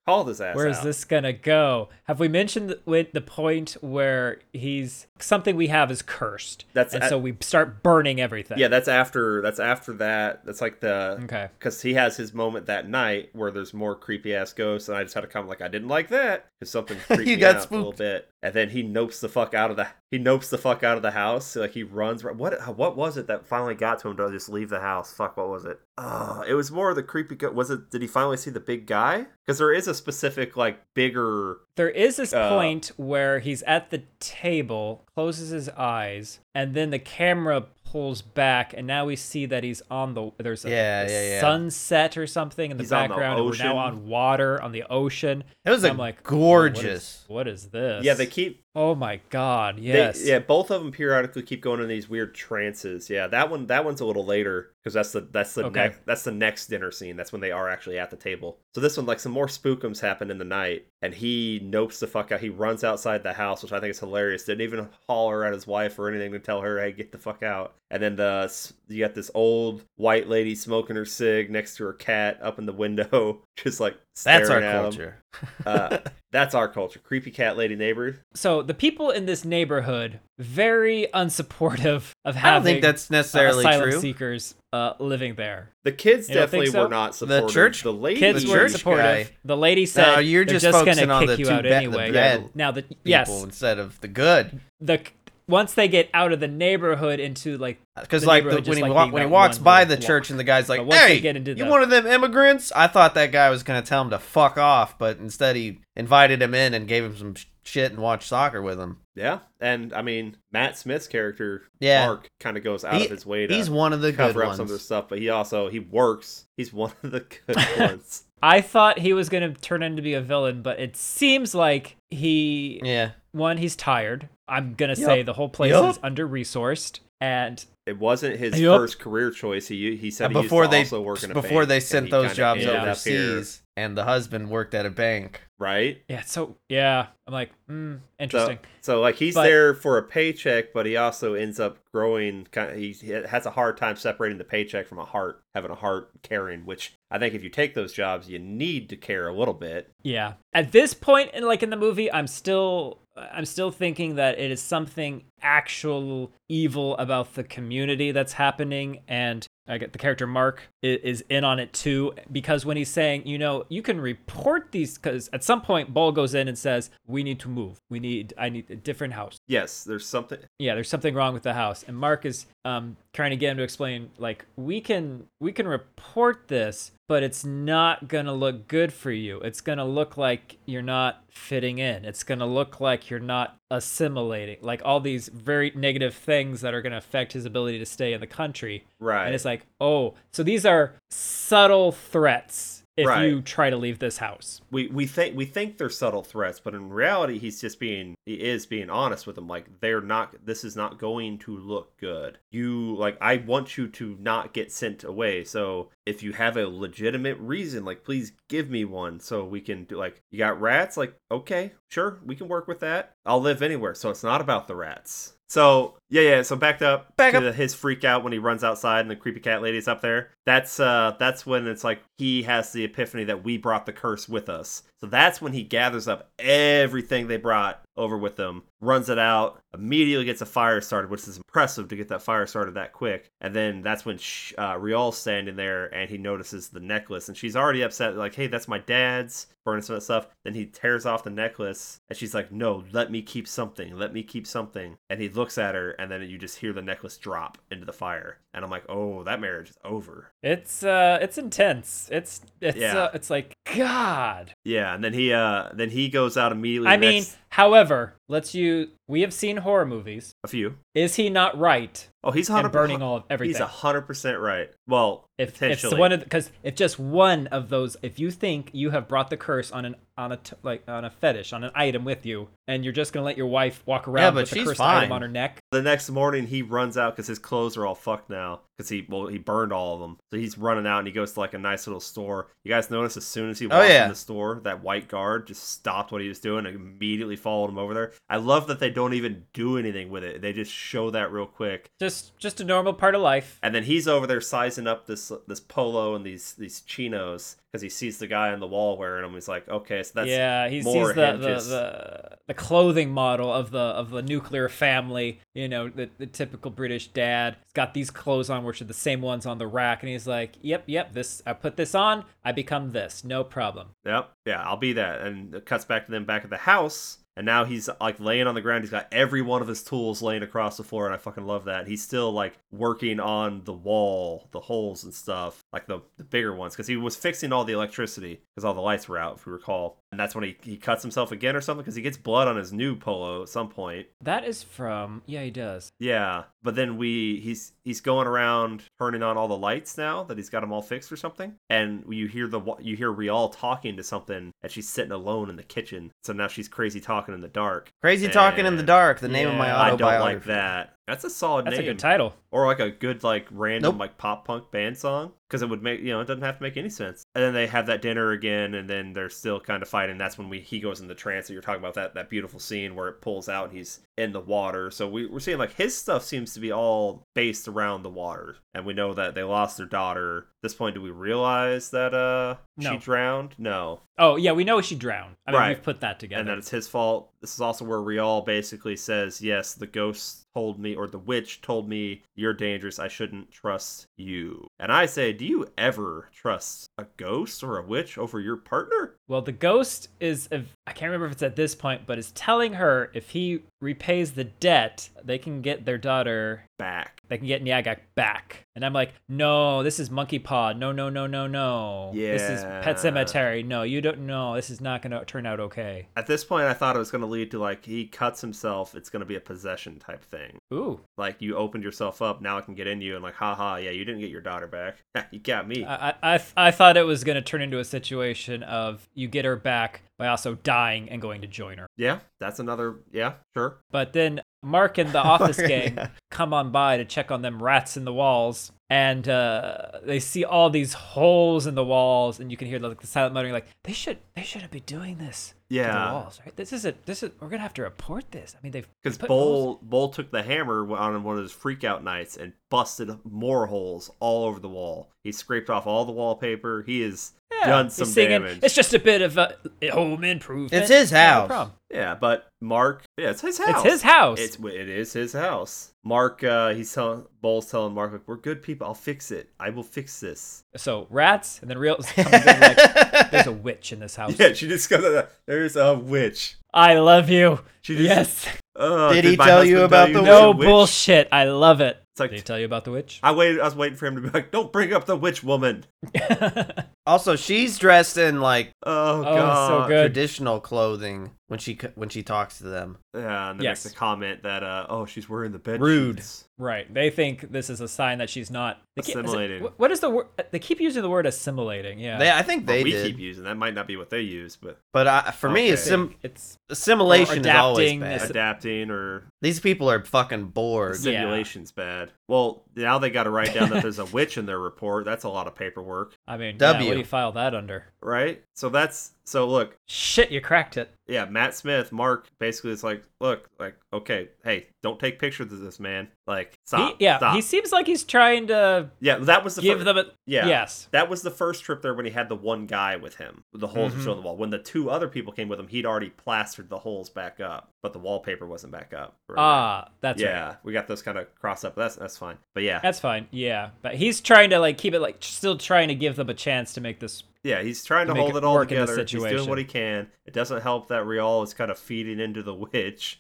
[SPEAKER 3] Call this ass
[SPEAKER 2] Where's
[SPEAKER 3] out.
[SPEAKER 2] this gonna go? Have we mentioned the, when- the point where he's something we have is cursed?
[SPEAKER 3] That's
[SPEAKER 2] and
[SPEAKER 3] at-
[SPEAKER 2] so we start burning everything.
[SPEAKER 3] Yeah, that's after, that's after that. That's like the,
[SPEAKER 1] Mm.
[SPEAKER 2] Okay.
[SPEAKER 3] because he has his moment that night where there's more creepy ass ghosts, and I just had a comment like I didn't like that because something freaked
[SPEAKER 1] You
[SPEAKER 3] me
[SPEAKER 1] got
[SPEAKER 3] out a little bit. And then he nopes the fuck out of the he nopes the fuck out of the house. So, like he runs. What uh, what was it that finally got to him to just leave the house? Fuck, what was it? Uh, it was more of the creepy. Go- was it? Did he finally see the big guy? Because there is a specific like bigger.
[SPEAKER 2] There is this
[SPEAKER 3] Uh,
[SPEAKER 2] point where he's at the table, closes his eyes, and then the camera pulls back, and now we see that he's on the there's a,
[SPEAKER 1] Yeah,
[SPEAKER 2] a
[SPEAKER 1] yeah, yeah.
[SPEAKER 2] sunset or something in the
[SPEAKER 3] He's on the
[SPEAKER 2] background. and we're now
[SPEAKER 3] ocean.
[SPEAKER 2] on water on the ocean.
[SPEAKER 1] It was
[SPEAKER 2] And
[SPEAKER 1] a
[SPEAKER 2] I'm like, "Oh, what is-
[SPEAKER 1] gorgeous.
[SPEAKER 2] What is, this?
[SPEAKER 3] Yeah, they keep.
[SPEAKER 2] Oh my god!
[SPEAKER 3] They,
[SPEAKER 2] Yes.
[SPEAKER 3] Yeah, both of them periodically keep going in these weird trances. Yeah, that one that one's a little later because that's the that's the
[SPEAKER 2] Okay.
[SPEAKER 3] next that's the next dinner scene. That's when they are actually at the table. So this one, like some more spookums happen in the night, and he nopes the fuck out. He runs outside the house, which I think is hilarious. Didn't even holler at his wife or anything to tell her, "Hey, get the fuck out." And then the s- you got this old white lady smoking her cig next to her cat up in the window, just like staring
[SPEAKER 1] That's our
[SPEAKER 3] at him.
[SPEAKER 1] culture.
[SPEAKER 3] Uh, that's our culture. Creepy cat lady neighbor.
[SPEAKER 2] So the people in this neighborhood very unsupportive of
[SPEAKER 1] I
[SPEAKER 2] having
[SPEAKER 1] don't think that's necessarily
[SPEAKER 2] uh, asylum
[SPEAKER 1] true.
[SPEAKER 2] seekers uh, living there.
[SPEAKER 3] The kids
[SPEAKER 2] You don't think
[SPEAKER 3] definitely
[SPEAKER 2] so?
[SPEAKER 3] were not supportive.
[SPEAKER 1] church-
[SPEAKER 3] the lady,
[SPEAKER 2] Kids
[SPEAKER 1] The
[SPEAKER 2] were
[SPEAKER 1] church
[SPEAKER 2] not supportive.
[SPEAKER 1] guy.
[SPEAKER 2] The lady said,
[SPEAKER 1] No, you're
[SPEAKER 2] "They're
[SPEAKER 1] just
[SPEAKER 2] just
[SPEAKER 1] focusing
[SPEAKER 2] gonna
[SPEAKER 1] on
[SPEAKER 2] kick
[SPEAKER 1] the
[SPEAKER 2] you
[SPEAKER 1] two
[SPEAKER 2] out
[SPEAKER 1] be- the
[SPEAKER 2] anyway."
[SPEAKER 1] bad
[SPEAKER 2] now the
[SPEAKER 1] People
[SPEAKER 2] yes,
[SPEAKER 1] instead of the good.
[SPEAKER 2] the once they get out of the neighborhood into like
[SPEAKER 1] Because
[SPEAKER 2] The
[SPEAKER 1] like the,
[SPEAKER 2] neighborhood
[SPEAKER 1] when
[SPEAKER 2] just
[SPEAKER 1] he
[SPEAKER 2] like
[SPEAKER 1] wa-
[SPEAKER 2] being
[SPEAKER 1] when he
[SPEAKER 2] that
[SPEAKER 1] walks
[SPEAKER 2] one
[SPEAKER 1] by
[SPEAKER 2] little
[SPEAKER 1] the
[SPEAKER 2] block.
[SPEAKER 1] church and the guy's like,
[SPEAKER 2] But once they
[SPEAKER 1] "Hey,
[SPEAKER 2] get into
[SPEAKER 1] you
[SPEAKER 2] the-
[SPEAKER 1] one of them immigrants?" I thought that guy was gonna tell him to fuck off, but instead he invited him in and gave him some sh- shit and watched soccer with him.
[SPEAKER 3] Yeah, and I mean Matt Smith's character
[SPEAKER 1] Yeah.
[SPEAKER 3] Mark kind of goes out
[SPEAKER 1] He-
[SPEAKER 3] of his way to
[SPEAKER 1] He's one of the good
[SPEAKER 3] cover up some of the
[SPEAKER 1] ones.
[SPEAKER 3] stuff, but he also he works. He's one of the good ones.
[SPEAKER 2] I thought he was gonna turn into be a villain, but it seems like he
[SPEAKER 1] Yeah,
[SPEAKER 2] one he's tired. I'm gonna say
[SPEAKER 1] Yup.
[SPEAKER 2] the whole place
[SPEAKER 1] Yup.
[SPEAKER 2] is under resourced, and
[SPEAKER 3] It wasn't his
[SPEAKER 2] Yup.
[SPEAKER 3] first career choice. He he said
[SPEAKER 1] And
[SPEAKER 3] he
[SPEAKER 1] before
[SPEAKER 3] used to
[SPEAKER 1] they
[SPEAKER 3] also work in a
[SPEAKER 1] before
[SPEAKER 3] bank,
[SPEAKER 1] they
[SPEAKER 3] and
[SPEAKER 1] sent
[SPEAKER 3] he
[SPEAKER 1] those
[SPEAKER 3] kinda
[SPEAKER 1] jobs
[SPEAKER 3] ended up
[SPEAKER 1] overseas, and the husband worked at a bank.
[SPEAKER 3] here, right?
[SPEAKER 2] yeah, it's so yeah, I'm like, mm,
[SPEAKER 3] So,
[SPEAKER 2] interesting.
[SPEAKER 3] so like he's
[SPEAKER 2] But-
[SPEAKER 3] there for a paycheck, but he also ends up growing. Kind of, he he has a hard time separating the paycheck from a heart, having a heart caring. Which I think if you take those jobs, you need to care a little bit.
[SPEAKER 2] Yeah. At this point in like in the movie, I'm still I'm still thinking that it is something actual evil about the community that's happening and I get the character Mark i- is in on it too because when he's saying, you know, you can report these cuz at some point Ball goes in and says, "We need to move. We need I need a different house."
[SPEAKER 3] Yes, there's something.
[SPEAKER 2] yeah there's something wrong with the house and mark is um trying to get him to explain like we can we can report this but it's not gonna look good for you it's gonna look like you're not fitting in it's gonna look like you're not assimilating like all these very negative things that are gonna affect his ability to stay in the country
[SPEAKER 3] Right.
[SPEAKER 2] and it's like oh so these are subtle threats if
[SPEAKER 3] Right.
[SPEAKER 2] you try to leave this house
[SPEAKER 3] we we think we think they're subtle threats, but in reality, he's just being he is being honest with them. Like they're not. This is not going to look good. You like I want you to not get sent away. So if you have a legitimate reason, like please give me one so we can do. Like you got rats. Like okay, sure, we can work with that. I'll live anywhere. So it's not about the rats. So yeah, yeah. So backed up,
[SPEAKER 1] Back
[SPEAKER 3] to
[SPEAKER 1] up.
[SPEAKER 3] the- his freak out when he runs outside and the creepy cat lady's up there. That's uh, that's when it's like he has the epiphany that we brought the curse with us. So that's when he gathers up everything they brought over with them, runs it out. immediately gets a fire started, which is impressive to get that fire started that quick. And then that's when sh uh, Rial's standing there and he notices the necklace, and she's already upset, like, "Hey, that's my dad's." Burning some of that stuff. Then he tears off the necklace, and she's like, "No, let me keep something. Let me keep something." And he looks at her, and then you just hear the necklace drop into the fire. And I'm like, "Oh, that marriage is over."
[SPEAKER 2] It's uh, it's intense. It's it's
[SPEAKER 3] Yeah.
[SPEAKER 2] uh, it's like God.
[SPEAKER 3] Yeah. And then he uh then he goes out immediately.
[SPEAKER 2] I
[SPEAKER 3] the
[SPEAKER 2] mean,
[SPEAKER 3] next-
[SPEAKER 2] however, let's you. We have seen horror movies.
[SPEAKER 3] a few.
[SPEAKER 2] Is he not right
[SPEAKER 3] Oh, he's
[SPEAKER 2] in
[SPEAKER 3] 100
[SPEAKER 2] burning all of
[SPEAKER 3] He's
[SPEAKER 2] everything?
[SPEAKER 3] a hundred percent right. Well,
[SPEAKER 2] if if
[SPEAKER 3] potentially.
[SPEAKER 2] one of because if just one of those, if you think you have brought the curse on an on a t- like on a fetish on an item with you, and you're just gonna let your wife walk around
[SPEAKER 1] but
[SPEAKER 2] with the
[SPEAKER 1] she's
[SPEAKER 2] cursed
[SPEAKER 1] fine.
[SPEAKER 2] item on her neck,
[SPEAKER 3] the next morning, he runs out because his clothes are all fucked now. Because he well, he burned all of them, so he's running out and he goes to like a nice little store. You guys notice as soon as he
[SPEAKER 1] Oh,
[SPEAKER 3] walked
[SPEAKER 1] yeah.
[SPEAKER 3] in the store, that white guard just stopped what he was doing and immediately followed him over there. I love that they don't even do anything with it; they just show that real quick.
[SPEAKER 2] just just a normal part of life.
[SPEAKER 3] And then he's over there sizing up this this polo and these these chinos because he sees the guy on the wall wearing them. He's like, okay, so that's
[SPEAKER 2] yeah, he
[SPEAKER 3] more
[SPEAKER 2] sees the,
[SPEAKER 3] him
[SPEAKER 2] the,
[SPEAKER 3] just-
[SPEAKER 2] the the clothing model of the of the nuclear family. You know, the, the typical British dad. He's got these clothes on, which are the same ones on the rack, and he's like, "Yep, yep. This I put this on, I become this. No problem."
[SPEAKER 3] Yep. Yeah, I'll be that. And it cuts back to them back at the house. And now he's like laying on the ground. He's got every one of his tools laying across the floor, and I fucking love that. He's still like working on the wall, the holes and stuff, like the, the bigger ones, because he was fixing all the electricity because all the lights were out, if we recall. And that's when he, he cuts himself again or something, because he gets blood on his new polo at some point.
[SPEAKER 2] That is from yeah, he does.
[SPEAKER 3] Yeah, but then we he's he's going around turning on all the lights now that he's got them all fixed or something, and you hear the wa- you hear Rial talking to something, and she's sitting alone in the kitchen. So now she's crazy talking in the dark.
[SPEAKER 1] Crazy Talking in the
[SPEAKER 3] And-
[SPEAKER 1] Dark, the name of my
[SPEAKER 2] Yeah.
[SPEAKER 3] I
[SPEAKER 1] autobiography.
[SPEAKER 3] don't like that. That's a solid
[SPEAKER 2] That's a
[SPEAKER 3] name,
[SPEAKER 2] good title.
[SPEAKER 3] or like a good like random
[SPEAKER 1] Nope.
[SPEAKER 3] like pop punk band song, because it would make you know it doesn't have to make any sense. And then they have that dinner again, and then they're still kind of fighting. That's when we he goes in the trance that you're talking about that that beautiful scene where it pulls out and he's in the water. So we, we're seeing like his stuff seems to be all based around the water, and we know that they lost their daughter. At this point, do we realize that uh she
[SPEAKER 2] No.
[SPEAKER 3] drowned? No.
[SPEAKER 2] Oh yeah, we know she drowned. I mean,
[SPEAKER 3] Right.
[SPEAKER 2] we've put that together.
[SPEAKER 3] And that it's his fault. This is also where Rial basically says, Yes, the ghost told me, or the witch told me, you're dangerous. I shouldn't trust you. And I say, Do you ever trust a ghost or a witch over your partner?
[SPEAKER 2] Well, the ghost is, I can't remember if it's at this point, but is telling her if he repays the debt, they can get their daughter,
[SPEAKER 3] Back.
[SPEAKER 2] they can get Nyagak back. And I'm like, no, this is Monkey Paw. No, no, no, no, no. This is
[SPEAKER 3] Yeah.
[SPEAKER 2] Pet Cemetery. No, you don't know. This is not going to turn out okay.
[SPEAKER 3] At this point, I thought it was going to lead to like he cuts himself. It's going to be a possession type thing.
[SPEAKER 2] Ooh,
[SPEAKER 3] Like you opened yourself up. Now I can get in you. And like, haha, yeah, you didn't get your daughter back. you got me.
[SPEAKER 2] I, I, I, I thought it was going to turn into a situation of you get her back by also dying and going to join her.
[SPEAKER 3] yeah, that's another. Yeah, sure.
[SPEAKER 2] But then Mark and the
[SPEAKER 3] Oh,
[SPEAKER 2] office
[SPEAKER 1] Yeah.
[SPEAKER 2] gang come on by to check on them rats in the walls, and uh, they see all these holes in the walls, and you can hear like the silent muttering, like they should they shouldn't be doing this to the
[SPEAKER 3] Yeah.
[SPEAKER 2] walls, right? This is a this is we're gonna have to report this. I mean they've
[SPEAKER 3] Because
[SPEAKER 2] put
[SPEAKER 3] Bull Bull took the hammer on one of his freakout nights and busted more holes all over the wall. He scraped off all the wallpaper. He is
[SPEAKER 2] Yeah,
[SPEAKER 3] done
[SPEAKER 2] he's
[SPEAKER 3] some
[SPEAKER 2] singing,
[SPEAKER 3] damage.
[SPEAKER 2] It's just a bit of a home improvement.
[SPEAKER 1] It's his
[SPEAKER 2] Not a
[SPEAKER 1] house.
[SPEAKER 2] problem.
[SPEAKER 3] yeah, but Mark, yeah, it's his house.
[SPEAKER 2] It's his house.
[SPEAKER 3] It's it is his house. Mark, uh, he's telling Bull's telling Mark like, "We're good people. I'll fix it. I will fix this."
[SPEAKER 2] so rats, and then real comes in like there's a witch in this house.
[SPEAKER 3] Yeah, she just goes, uh, "There's a witch."
[SPEAKER 2] I love you.
[SPEAKER 3] She just,
[SPEAKER 2] Yes.
[SPEAKER 3] "Uh,
[SPEAKER 1] Did he
[SPEAKER 3] my
[SPEAKER 1] tell you
[SPEAKER 3] husband
[SPEAKER 1] about the
[SPEAKER 3] there's a
[SPEAKER 2] No
[SPEAKER 3] witch?"
[SPEAKER 2] bullshit. I love it.
[SPEAKER 3] It's like
[SPEAKER 2] Did he tell you about the witch?
[SPEAKER 3] I waited. I was waiting for him to be like, "Don't bring up the witch woman."
[SPEAKER 1] also, she's dressed in like
[SPEAKER 3] Oh,
[SPEAKER 2] so
[SPEAKER 3] god,
[SPEAKER 2] Good.
[SPEAKER 1] traditional clothing when she c- when she talks to them.
[SPEAKER 3] Yeah, and then
[SPEAKER 2] Yes.
[SPEAKER 3] makes a comment that uh, oh, she's wearing the bed.
[SPEAKER 1] Rude.
[SPEAKER 3] sheets.
[SPEAKER 2] Right. They think this is a sign that she's not they keep- is it-
[SPEAKER 3] Assimilating.
[SPEAKER 2] wh- what is the word? They keep using the word assimilating. Yeah.
[SPEAKER 1] They, I think
[SPEAKER 3] Well,
[SPEAKER 1] they
[SPEAKER 3] we
[SPEAKER 1] did,
[SPEAKER 3] keep using that. Might not be what they use, but
[SPEAKER 1] but I, for me,
[SPEAKER 3] Okay.
[SPEAKER 1] it's sim-
[SPEAKER 2] it's
[SPEAKER 1] assimilation is always
[SPEAKER 2] adapting
[SPEAKER 1] bad.
[SPEAKER 2] this-
[SPEAKER 3] adapting or
[SPEAKER 1] These people are fucking bored.
[SPEAKER 2] Yeah.
[SPEAKER 3] simulation's bad. Well, now they got to write down that there's a witch in their report. That's a lot of paperwork,
[SPEAKER 2] I mean, yeah,
[SPEAKER 1] W.
[SPEAKER 2] what do you file that under?
[SPEAKER 3] right? So that's So look,
[SPEAKER 2] Shit, you cracked it.
[SPEAKER 3] yeah, Matt Smith, Mark, basically, it's like, look, like, okay, hey, don't take pictures of this man. Like, stop.
[SPEAKER 2] He, yeah,
[SPEAKER 3] stop.
[SPEAKER 2] he seems like he's trying to
[SPEAKER 3] yeah. That was the
[SPEAKER 2] give
[SPEAKER 3] fir-
[SPEAKER 2] them a
[SPEAKER 3] yeah.
[SPEAKER 2] yes.
[SPEAKER 3] That was the first trip there when he had the one guy with him, with the holes were
[SPEAKER 2] Mm-hmm.
[SPEAKER 3] still in the wall. When the two other people came with him, he'd already plastered the holes back up, but the wallpaper wasn't back up. Remember?
[SPEAKER 2] Ah, that's right.
[SPEAKER 3] yeah, we got those kind of cross up. That's that's fine. But yeah,
[SPEAKER 2] That's fine. Yeah, but he's trying to like keep it like still trying to give them a chance to make this.
[SPEAKER 3] yeah, he's trying to
[SPEAKER 2] Make
[SPEAKER 3] hold
[SPEAKER 2] it
[SPEAKER 3] it all
[SPEAKER 2] work in the
[SPEAKER 3] together. He's doing
[SPEAKER 2] situation.
[SPEAKER 3] what he can. It doesn't help that Rial is kind of feeding into the witch.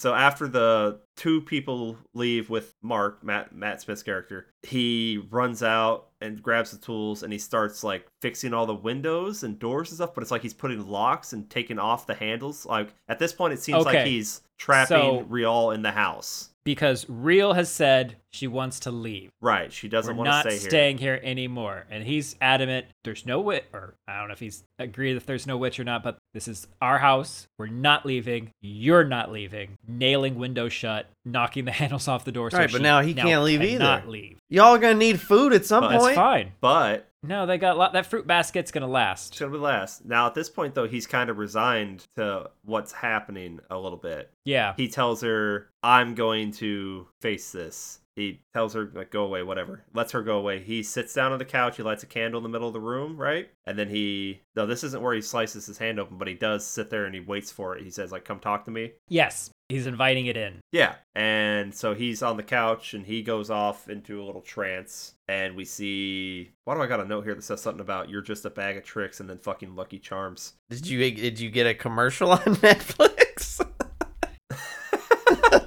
[SPEAKER 3] So after the two people leave with Mark, Matt Matt Smith's character, he runs out and grabs the tools and he starts like fixing all the windows and doors and stuff, but it's like he's putting locks and taking off the handles. Like at this point it seems like
[SPEAKER 2] Okay.
[SPEAKER 3] he's trapping
[SPEAKER 2] So-
[SPEAKER 3] Rial in the house.
[SPEAKER 2] because Real has said she wants to leave.
[SPEAKER 3] Right. She doesn't
[SPEAKER 2] We're
[SPEAKER 3] want to
[SPEAKER 2] not
[SPEAKER 3] stay here.
[SPEAKER 2] staying here. anymore. And he's adamant. There's no witch, or I don't know if he's agreed that there's no witch or not. But this is our house. We're not leaving. You're not leaving. Nailing windows shut, knocking the handles off the door. so
[SPEAKER 1] Right, but
[SPEAKER 2] she
[SPEAKER 1] now he can't leave either.
[SPEAKER 2] cannot leave.
[SPEAKER 1] Y'all gonna need food at some
[SPEAKER 3] Oh,
[SPEAKER 2] That's
[SPEAKER 1] point.
[SPEAKER 2] fine.
[SPEAKER 3] But
[SPEAKER 2] No, they got lot, that fruit basket's gonna
[SPEAKER 3] It's
[SPEAKER 2] last.
[SPEAKER 3] gonna be last. Now at this point though, he's kind of resigned to what's happening a little bit.
[SPEAKER 2] Yeah,
[SPEAKER 3] He tells her, "I'm going to face this." He tells her, "Like go away, whatever." Lets her go away. He sits down on the couch. He lights a candle in the middle of the room, right? And then he, no, this isn't where he slices his hand open, but he does sit there and he waits for it. He says, "Like come talk to me."
[SPEAKER 2] yes, he's inviting it in.
[SPEAKER 3] Yeah. And so he's on the couch and he goes off into a little trance. And we see, why do I got a note here that says something about you're just a bag of tricks and then fucking Lucky Charms?
[SPEAKER 1] Did you did you get a commercial on Netflix?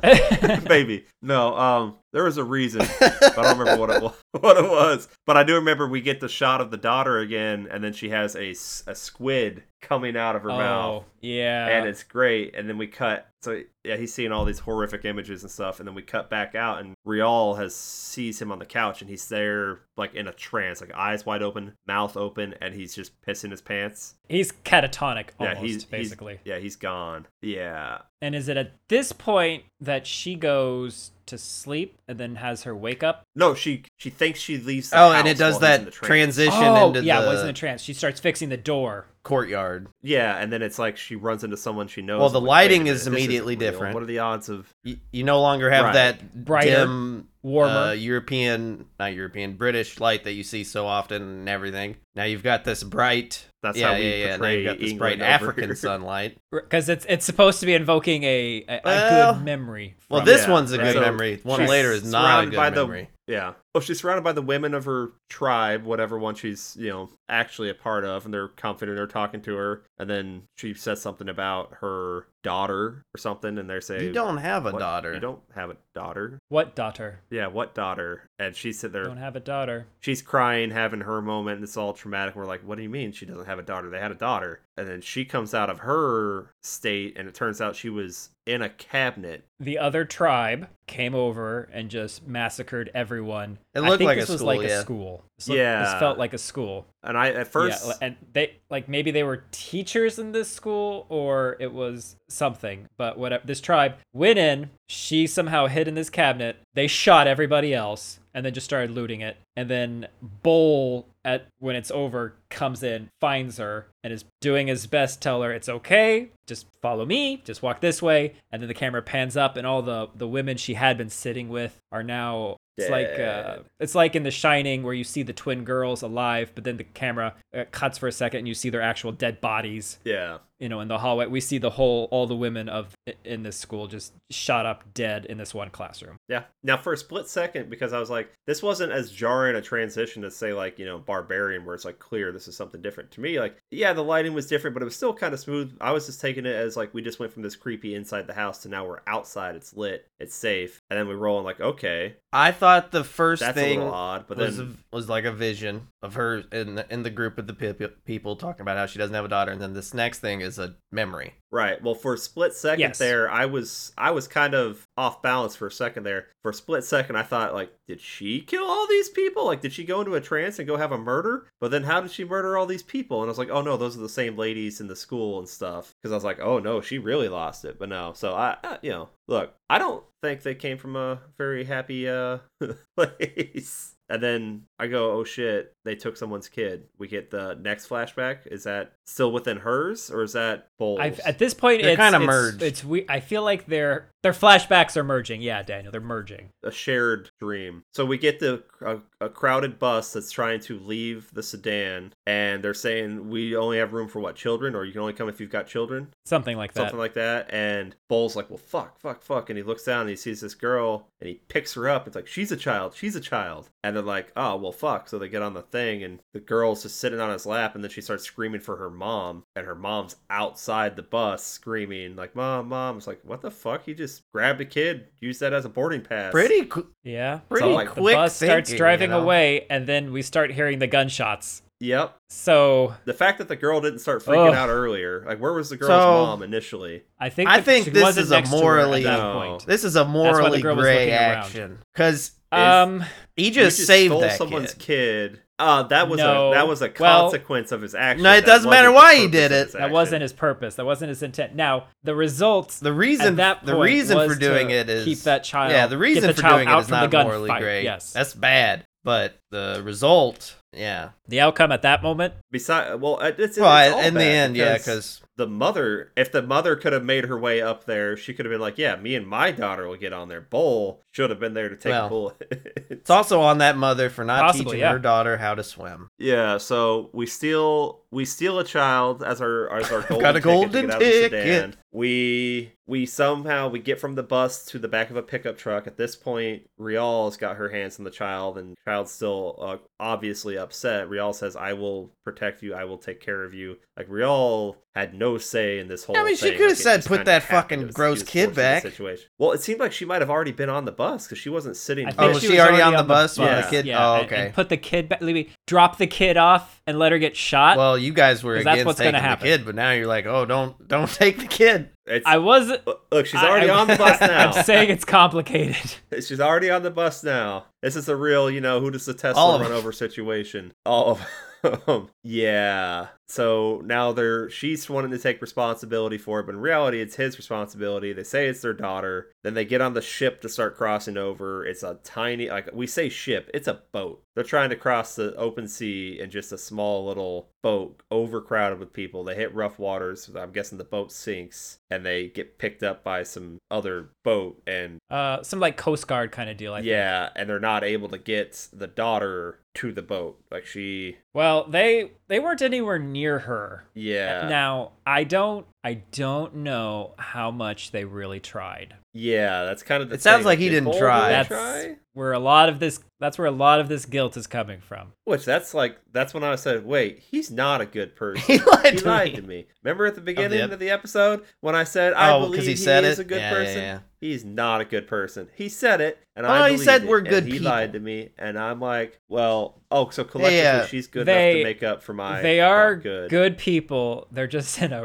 [SPEAKER 3] Maybe. No, um, there was a reason. But I don't remember what it was. What it was, but I do remember we get the shot of the daughter again, and then she has a, s- a squid coming out
[SPEAKER 1] Oh,
[SPEAKER 3] of her mouth,
[SPEAKER 2] Oh, yeah.
[SPEAKER 3] and it's great. And then we cut. So yeah, he's seeing all these horrific images and stuff, and then we cut back out, and Rial has sees him on the couch, and he's there like in a trance, like eyes wide open, mouth open, and he's just pissing his pants.
[SPEAKER 2] he's catatonic almost,
[SPEAKER 3] yeah, he's he's-
[SPEAKER 2] basically.
[SPEAKER 3] yeah, he's gone. Yeah,
[SPEAKER 2] and is it at this point that she goes to sleep and then has her wake up?
[SPEAKER 3] no, she she thinks she leaves. The
[SPEAKER 1] oh, and
[SPEAKER 3] house
[SPEAKER 1] it does
[SPEAKER 3] while he's
[SPEAKER 1] that
[SPEAKER 3] in the trance.
[SPEAKER 1] transition
[SPEAKER 2] oh,
[SPEAKER 1] into
[SPEAKER 2] yeah,
[SPEAKER 1] the
[SPEAKER 2] it was in a trance. She starts fixing the door.
[SPEAKER 1] courtyard.
[SPEAKER 3] Yeah, and then it's like she runs into someone she knows.
[SPEAKER 1] Well, the
[SPEAKER 3] I'm like, wait a
[SPEAKER 1] lighting
[SPEAKER 3] minute,
[SPEAKER 1] is
[SPEAKER 3] this isn't
[SPEAKER 1] immediately
[SPEAKER 3] real.
[SPEAKER 1] different.
[SPEAKER 3] What are the odds of?
[SPEAKER 1] You, you no longer have
[SPEAKER 3] Right.
[SPEAKER 1] that
[SPEAKER 2] Brighter,
[SPEAKER 1] dim,
[SPEAKER 2] warmer.
[SPEAKER 1] uh, European, not European, British light that you see so often and everything. Now you've got this bright.
[SPEAKER 3] That's
[SPEAKER 1] yeah,
[SPEAKER 3] how we
[SPEAKER 1] yeah, yeah. Now
[SPEAKER 3] portray
[SPEAKER 1] you've got this
[SPEAKER 3] England
[SPEAKER 1] bright
[SPEAKER 3] over
[SPEAKER 1] African
[SPEAKER 3] here.
[SPEAKER 1] sunlight.
[SPEAKER 2] Because it's it's supposed to be invoking a, a, a
[SPEAKER 1] Well-
[SPEAKER 2] good memory.
[SPEAKER 1] Well,
[SPEAKER 2] from
[SPEAKER 1] this
[SPEAKER 3] Yeah,
[SPEAKER 1] one's a
[SPEAKER 3] right.
[SPEAKER 1] good
[SPEAKER 3] So
[SPEAKER 1] memory. One
[SPEAKER 3] she's
[SPEAKER 1] later is not a
[SPEAKER 3] surrounded
[SPEAKER 1] good
[SPEAKER 3] by the-
[SPEAKER 1] memory.
[SPEAKER 3] Yeah. Well, she's surrounded by the women of her tribe, whatever one she's you know actually a part of, and they're confident. They're talking to her, and then she says something about her daughter or something, and they say,
[SPEAKER 1] You don't have a
[SPEAKER 3] "What?
[SPEAKER 1] daughter.
[SPEAKER 3] You don't have a daughter."
[SPEAKER 2] What daughter?
[SPEAKER 3] Yeah, what daughter? And she's sitting there
[SPEAKER 2] Don't have a daughter.
[SPEAKER 3] she's crying, having her moment, and it's all traumatic. We're like, what do you mean she doesn't have a daughter? They had a daughter. And then she comes out of her state, and it turns out she was in a cabinet.
[SPEAKER 2] The other tribe came over and just massacred everyone.
[SPEAKER 1] It
[SPEAKER 2] I
[SPEAKER 1] looked
[SPEAKER 2] think
[SPEAKER 1] like
[SPEAKER 2] this
[SPEAKER 1] a
[SPEAKER 2] was
[SPEAKER 1] school,
[SPEAKER 2] like a
[SPEAKER 1] yeah.
[SPEAKER 2] school. This looked-
[SPEAKER 3] Yeah.
[SPEAKER 2] this felt like a school.
[SPEAKER 3] And I, at first,
[SPEAKER 2] Yeah, li- and they like maybe they were teachers in this school or it was something, but whatever. This tribe went in, she somehow hid in this cabinet. They shot everybody else and then just started looting it. And then Bull at when it's over comes in, finds her and is doing his best to tell her it's okay, just follow me, just walk this way. And then the camera pans up and all the the women she had been sitting with are now it's like
[SPEAKER 3] Dead.
[SPEAKER 2] uh, it's like in The Shining where you see the twin girls alive, but then the camera uh, cuts for a second and you see their actual dead bodies.
[SPEAKER 3] yeah.
[SPEAKER 2] You know, in the hallway, we see the whole all the women of in this school just shot up dead in this one classroom.
[SPEAKER 3] Yeah. Now, for a split second, because I was like, this wasn't as jarring a transition to say, like, you know, Barbarian, where it's like clear, this is something different. To me, like, yeah, the lighting was different, but it was still kind of smooth. I was just taking it as like we just went from this creepy inside the house to now we're outside, it's lit, it's safe. And then we roll and, like, okay,
[SPEAKER 1] I thought the first
[SPEAKER 3] that's a
[SPEAKER 1] thing
[SPEAKER 3] little odd, but
[SPEAKER 1] was
[SPEAKER 3] then.
[SPEAKER 1] a- was like a vision of her in the, in the group of the peop- people talking about how she doesn't have a daughter, and then this next thing is a memory.
[SPEAKER 3] Right. Well, for a split second
[SPEAKER 2] Yes.
[SPEAKER 3] there, I was I was kind of off balance for a second there. For a split second, I thought like, did she kill all these people? Like, did she go into a trance and go have a murder? But then, how did she murder all these people? And I was like, oh no, those are the same ladies in the school and stuff. Because I was like, oh no, she really lost it. But no, so I, I you know, look, I don't think they came from a very happy uh place. And then I go, oh shit, they took someone's kid. We get the next flashback. Is that still within hers or is that Bowles?
[SPEAKER 2] I've, at this point,
[SPEAKER 1] They're
[SPEAKER 2] it's
[SPEAKER 1] kinda
[SPEAKER 2] it's-
[SPEAKER 1] merged.
[SPEAKER 2] It's we. I feel like their their flashbacks are merging. Yeah, Daniel, they're merging.
[SPEAKER 3] a shared dream. So we get the a, a crowded bus that's trying to leave the sedan, and they're saying we only have room for what children, or you can only come if you've got children,
[SPEAKER 2] Something like that.
[SPEAKER 3] something like that. And Bull's like, well, fuck, fuck, fuck, and he looks down and he sees this girl, and he picks her up. It's like she's a child, she's a child, and they're like, oh well, fuck. So they get on the thing, and the girl's just sitting on his lap, and then she starts screaming for her mom, and her mom's outside the bus screaming like, mom, mom. It's like, what the fuck? He just grabbed a kid, used that as a boarding pass.
[SPEAKER 1] Pretty, qu-
[SPEAKER 2] yeah.
[SPEAKER 1] pretty
[SPEAKER 3] like, the
[SPEAKER 1] quick.
[SPEAKER 2] the bus starts
[SPEAKER 1] thinking,
[SPEAKER 2] driving
[SPEAKER 1] you know?
[SPEAKER 2] away, and then we start hearing the gunshots.
[SPEAKER 3] Yep.
[SPEAKER 2] So
[SPEAKER 3] The fact that the girl didn't start freaking
[SPEAKER 2] Ugh.
[SPEAKER 3] out earlier, like where was the girl's
[SPEAKER 1] So-
[SPEAKER 3] mom initially?
[SPEAKER 2] I think
[SPEAKER 1] I
[SPEAKER 2] that
[SPEAKER 1] think
[SPEAKER 2] she
[SPEAKER 1] this
[SPEAKER 2] wasn't
[SPEAKER 1] is a
[SPEAKER 2] next to her
[SPEAKER 1] morally-
[SPEAKER 2] at that
[SPEAKER 3] No.
[SPEAKER 2] point.
[SPEAKER 1] This is a
[SPEAKER 2] why the
[SPEAKER 1] morally
[SPEAKER 2] girl was
[SPEAKER 1] gray
[SPEAKER 2] looking around.
[SPEAKER 1] action because
[SPEAKER 2] Um,
[SPEAKER 1] he
[SPEAKER 3] You
[SPEAKER 1] just saved
[SPEAKER 3] stole
[SPEAKER 1] that
[SPEAKER 3] someone's
[SPEAKER 1] kid.
[SPEAKER 3] kid. Uh, that was
[SPEAKER 2] No.
[SPEAKER 3] a that was a
[SPEAKER 2] Well-
[SPEAKER 3] consequence of his action.
[SPEAKER 1] No, it
[SPEAKER 3] That
[SPEAKER 1] doesn't
[SPEAKER 3] wasn't
[SPEAKER 1] matter
[SPEAKER 3] the
[SPEAKER 1] why he
[SPEAKER 3] purpose
[SPEAKER 1] did
[SPEAKER 3] of
[SPEAKER 1] it.
[SPEAKER 3] his
[SPEAKER 2] that
[SPEAKER 3] action.
[SPEAKER 2] wasn't his purpose. That wasn't his intent. Now the results.
[SPEAKER 1] The reason
[SPEAKER 2] At that
[SPEAKER 1] the
[SPEAKER 2] point
[SPEAKER 1] reason
[SPEAKER 2] was
[SPEAKER 1] for doing
[SPEAKER 2] to
[SPEAKER 1] it is
[SPEAKER 2] keep that child-
[SPEAKER 1] Yeah, the
[SPEAKER 2] get
[SPEAKER 1] reason
[SPEAKER 2] the
[SPEAKER 1] for
[SPEAKER 2] child
[SPEAKER 1] doing it
[SPEAKER 2] out
[SPEAKER 1] is
[SPEAKER 2] from the
[SPEAKER 1] not morally
[SPEAKER 2] gunfight,
[SPEAKER 1] great.
[SPEAKER 2] yes.
[SPEAKER 1] that's bad. But the result, yeah.
[SPEAKER 2] The outcome at that moment.
[SPEAKER 3] Besi- well, it- it's,
[SPEAKER 1] Well,
[SPEAKER 3] it's all
[SPEAKER 1] in the
[SPEAKER 3] bad
[SPEAKER 1] end, yeah, because
[SPEAKER 3] the mother, if the mother could have made her way up there, she could have been like, "Yeah, me and my daughter will get on there." Bull should have been there to take
[SPEAKER 1] Well.
[SPEAKER 3] a bullet.
[SPEAKER 1] it's also on that mother for not
[SPEAKER 2] Possibly,
[SPEAKER 1] teaching
[SPEAKER 2] yeah.
[SPEAKER 1] her daughter how to swim.
[SPEAKER 3] yeah, so we steal we steal a child as our as our golden
[SPEAKER 1] Got a
[SPEAKER 3] ticket to
[SPEAKER 1] golden
[SPEAKER 3] get out of the
[SPEAKER 1] ticket.
[SPEAKER 3] sedan. We we somehow we get from the bus to the back of a pickup truck. At this point, Rial's got her hands on the child, and child's still uh, obviously upset. Rial says, "I will protect you. I will take care of you." Like Rial had no say in this whole.
[SPEAKER 1] I mean, she
[SPEAKER 3] thing.
[SPEAKER 1] could have
[SPEAKER 3] Like, it
[SPEAKER 1] said,
[SPEAKER 3] just
[SPEAKER 1] "Put
[SPEAKER 3] kinda
[SPEAKER 1] that
[SPEAKER 3] happened.
[SPEAKER 1] fucking
[SPEAKER 3] It was-
[SPEAKER 1] gross
[SPEAKER 3] she was
[SPEAKER 1] kid
[SPEAKER 3] forced into the
[SPEAKER 1] back."
[SPEAKER 3] Situation. Well, it seemed like she might have already been on the bus because she wasn't sitting.
[SPEAKER 2] I
[SPEAKER 1] Oh,
[SPEAKER 2] think
[SPEAKER 1] was
[SPEAKER 2] she
[SPEAKER 1] she
[SPEAKER 2] was
[SPEAKER 1] already
[SPEAKER 2] already
[SPEAKER 1] on the
[SPEAKER 2] on the
[SPEAKER 1] bus when
[SPEAKER 3] bus.
[SPEAKER 1] the kid?
[SPEAKER 2] Yeah,
[SPEAKER 1] oh,
[SPEAKER 2] and-
[SPEAKER 1] okay.
[SPEAKER 2] and put the kid back. Maybe drop the kid off and let her get shot.
[SPEAKER 1] well, you guys were
[SPEAKER 2] 'Cause that's
[SPEAKER 1] against
[SPEAKER 2] what's
[SPEAKER 1] taking
[SPEAKER 2] gonna
[SPEAKER 1] the
[SPEAKER 2] happen.
[SPEAKER 1] kid, but now you're like, oh, don't don't take the kid.
[SPEAKER 3] It's-
[SPEAKER 2] I was.
[SPEAKER 3] look, she's
[SPEAKER 2] I-
[SPEAKER 3] already
[SPEAKER 2] I-
[SPEAKER 3] on the bus now.
[SPEAKER 2] I'm saying it's complicated.
[SPEAKER 3] She's already on the bus now. This is a real, you know, who does the Tesla
[SPEAKER 1] All of
[SPEAKER 3] run
[SPEAKER 1] them.
[SPEAKER 3] over situation. All of them. yeah. So now they're she's wanting to take responsibility for it, but in reality, it's his responsibility. They say it's their daughter. Then they get on the ship to start crossing over. It's a tiny, like we say ship, it's a boat. They're trying to cross the open sea in just a small little boat, overcrowded with people. They hit rough waters. I'm guessing the boat sinks, and they get picked up by some other boat and
[SPEAKER 2] Uh, some like Coast Guard kind of deal. I think.
[SPEAKER 3] yeah, and they're not able to get the daughter to the boat. Like she,
[SPEAKER 2] Well, they they weren't anywhere near her.
[SPEAKER 3] yeah,
[SPEAKER 2] Now I don't I don't know how much they really tried.
[SPEAKER 3] yeah. That's kind of. The
[SPEAKER 1] It sounds
[SPEAKER 3] thing.
[SPEAKER 1] like he
[SPEAKER 3] Did
[SPEAKER 1] didn't
[SPEAKER 3] Bull
[SPEAKER 1] try.
[SPEAKER 3] really
[SPEAKER 2] That's
[SPEAKER 3] try?
[SPEAKER 2] where a lot of this that's where a lot of this guilt is coming from.
[SPEAKER 3] Which that's like that's when I said, wait, he's not a good person.
[SPEAKER 1] He lied
[SPEAKER 3] he
[SPEAKER 1] to
[SPEAKER 3] lied
[SPEAKER 1] me.
[SPEAKER 3] to me. Remember at the beginning
[SPEAKER 1] ep-
[SPEAKER 3] of the episode when I said I
[SPEAKER 1] oh,
[SPEAKER 3] believe
[SPEAKER 1] because he said
[SPEAKER 3] is
[SPEAKER 1] it.
[SPEAKER 3] a good
[SPEAKER 1] yeah, yeah,
[SPEAKER 3] person?
[SPEAKER 1] yeah.
[SPEAKER 3] He's not a good person. He said it, and
[SPEAKER 1] Well,
[SPEAKER 3] I
[SPEAKER 1] he
[SPEAKER 3] believed
[SPEAKER 1] said
[SPEAKER 3] it,
[SPEAKER 1] we're
[SPEAKER 3] and
[SPEAKER 1] good
[SPEAKER 3] He
[SPEAKER 1] people.
[SPEAKER 3] lied to me, and I'm like, well, oh, so collectively
[SPEAKER 1] Yeah,
[SPEAKER 3] she's good enough
[SPEAKER 2] they-
[SPEAKER 3] to make up for my.
[SPEAKER 2] they
[SPEAKER 3] not
[SPEAKER 2] are
[SPEAKER 3] good.
[SPEAKER 2] good. people. They're just in a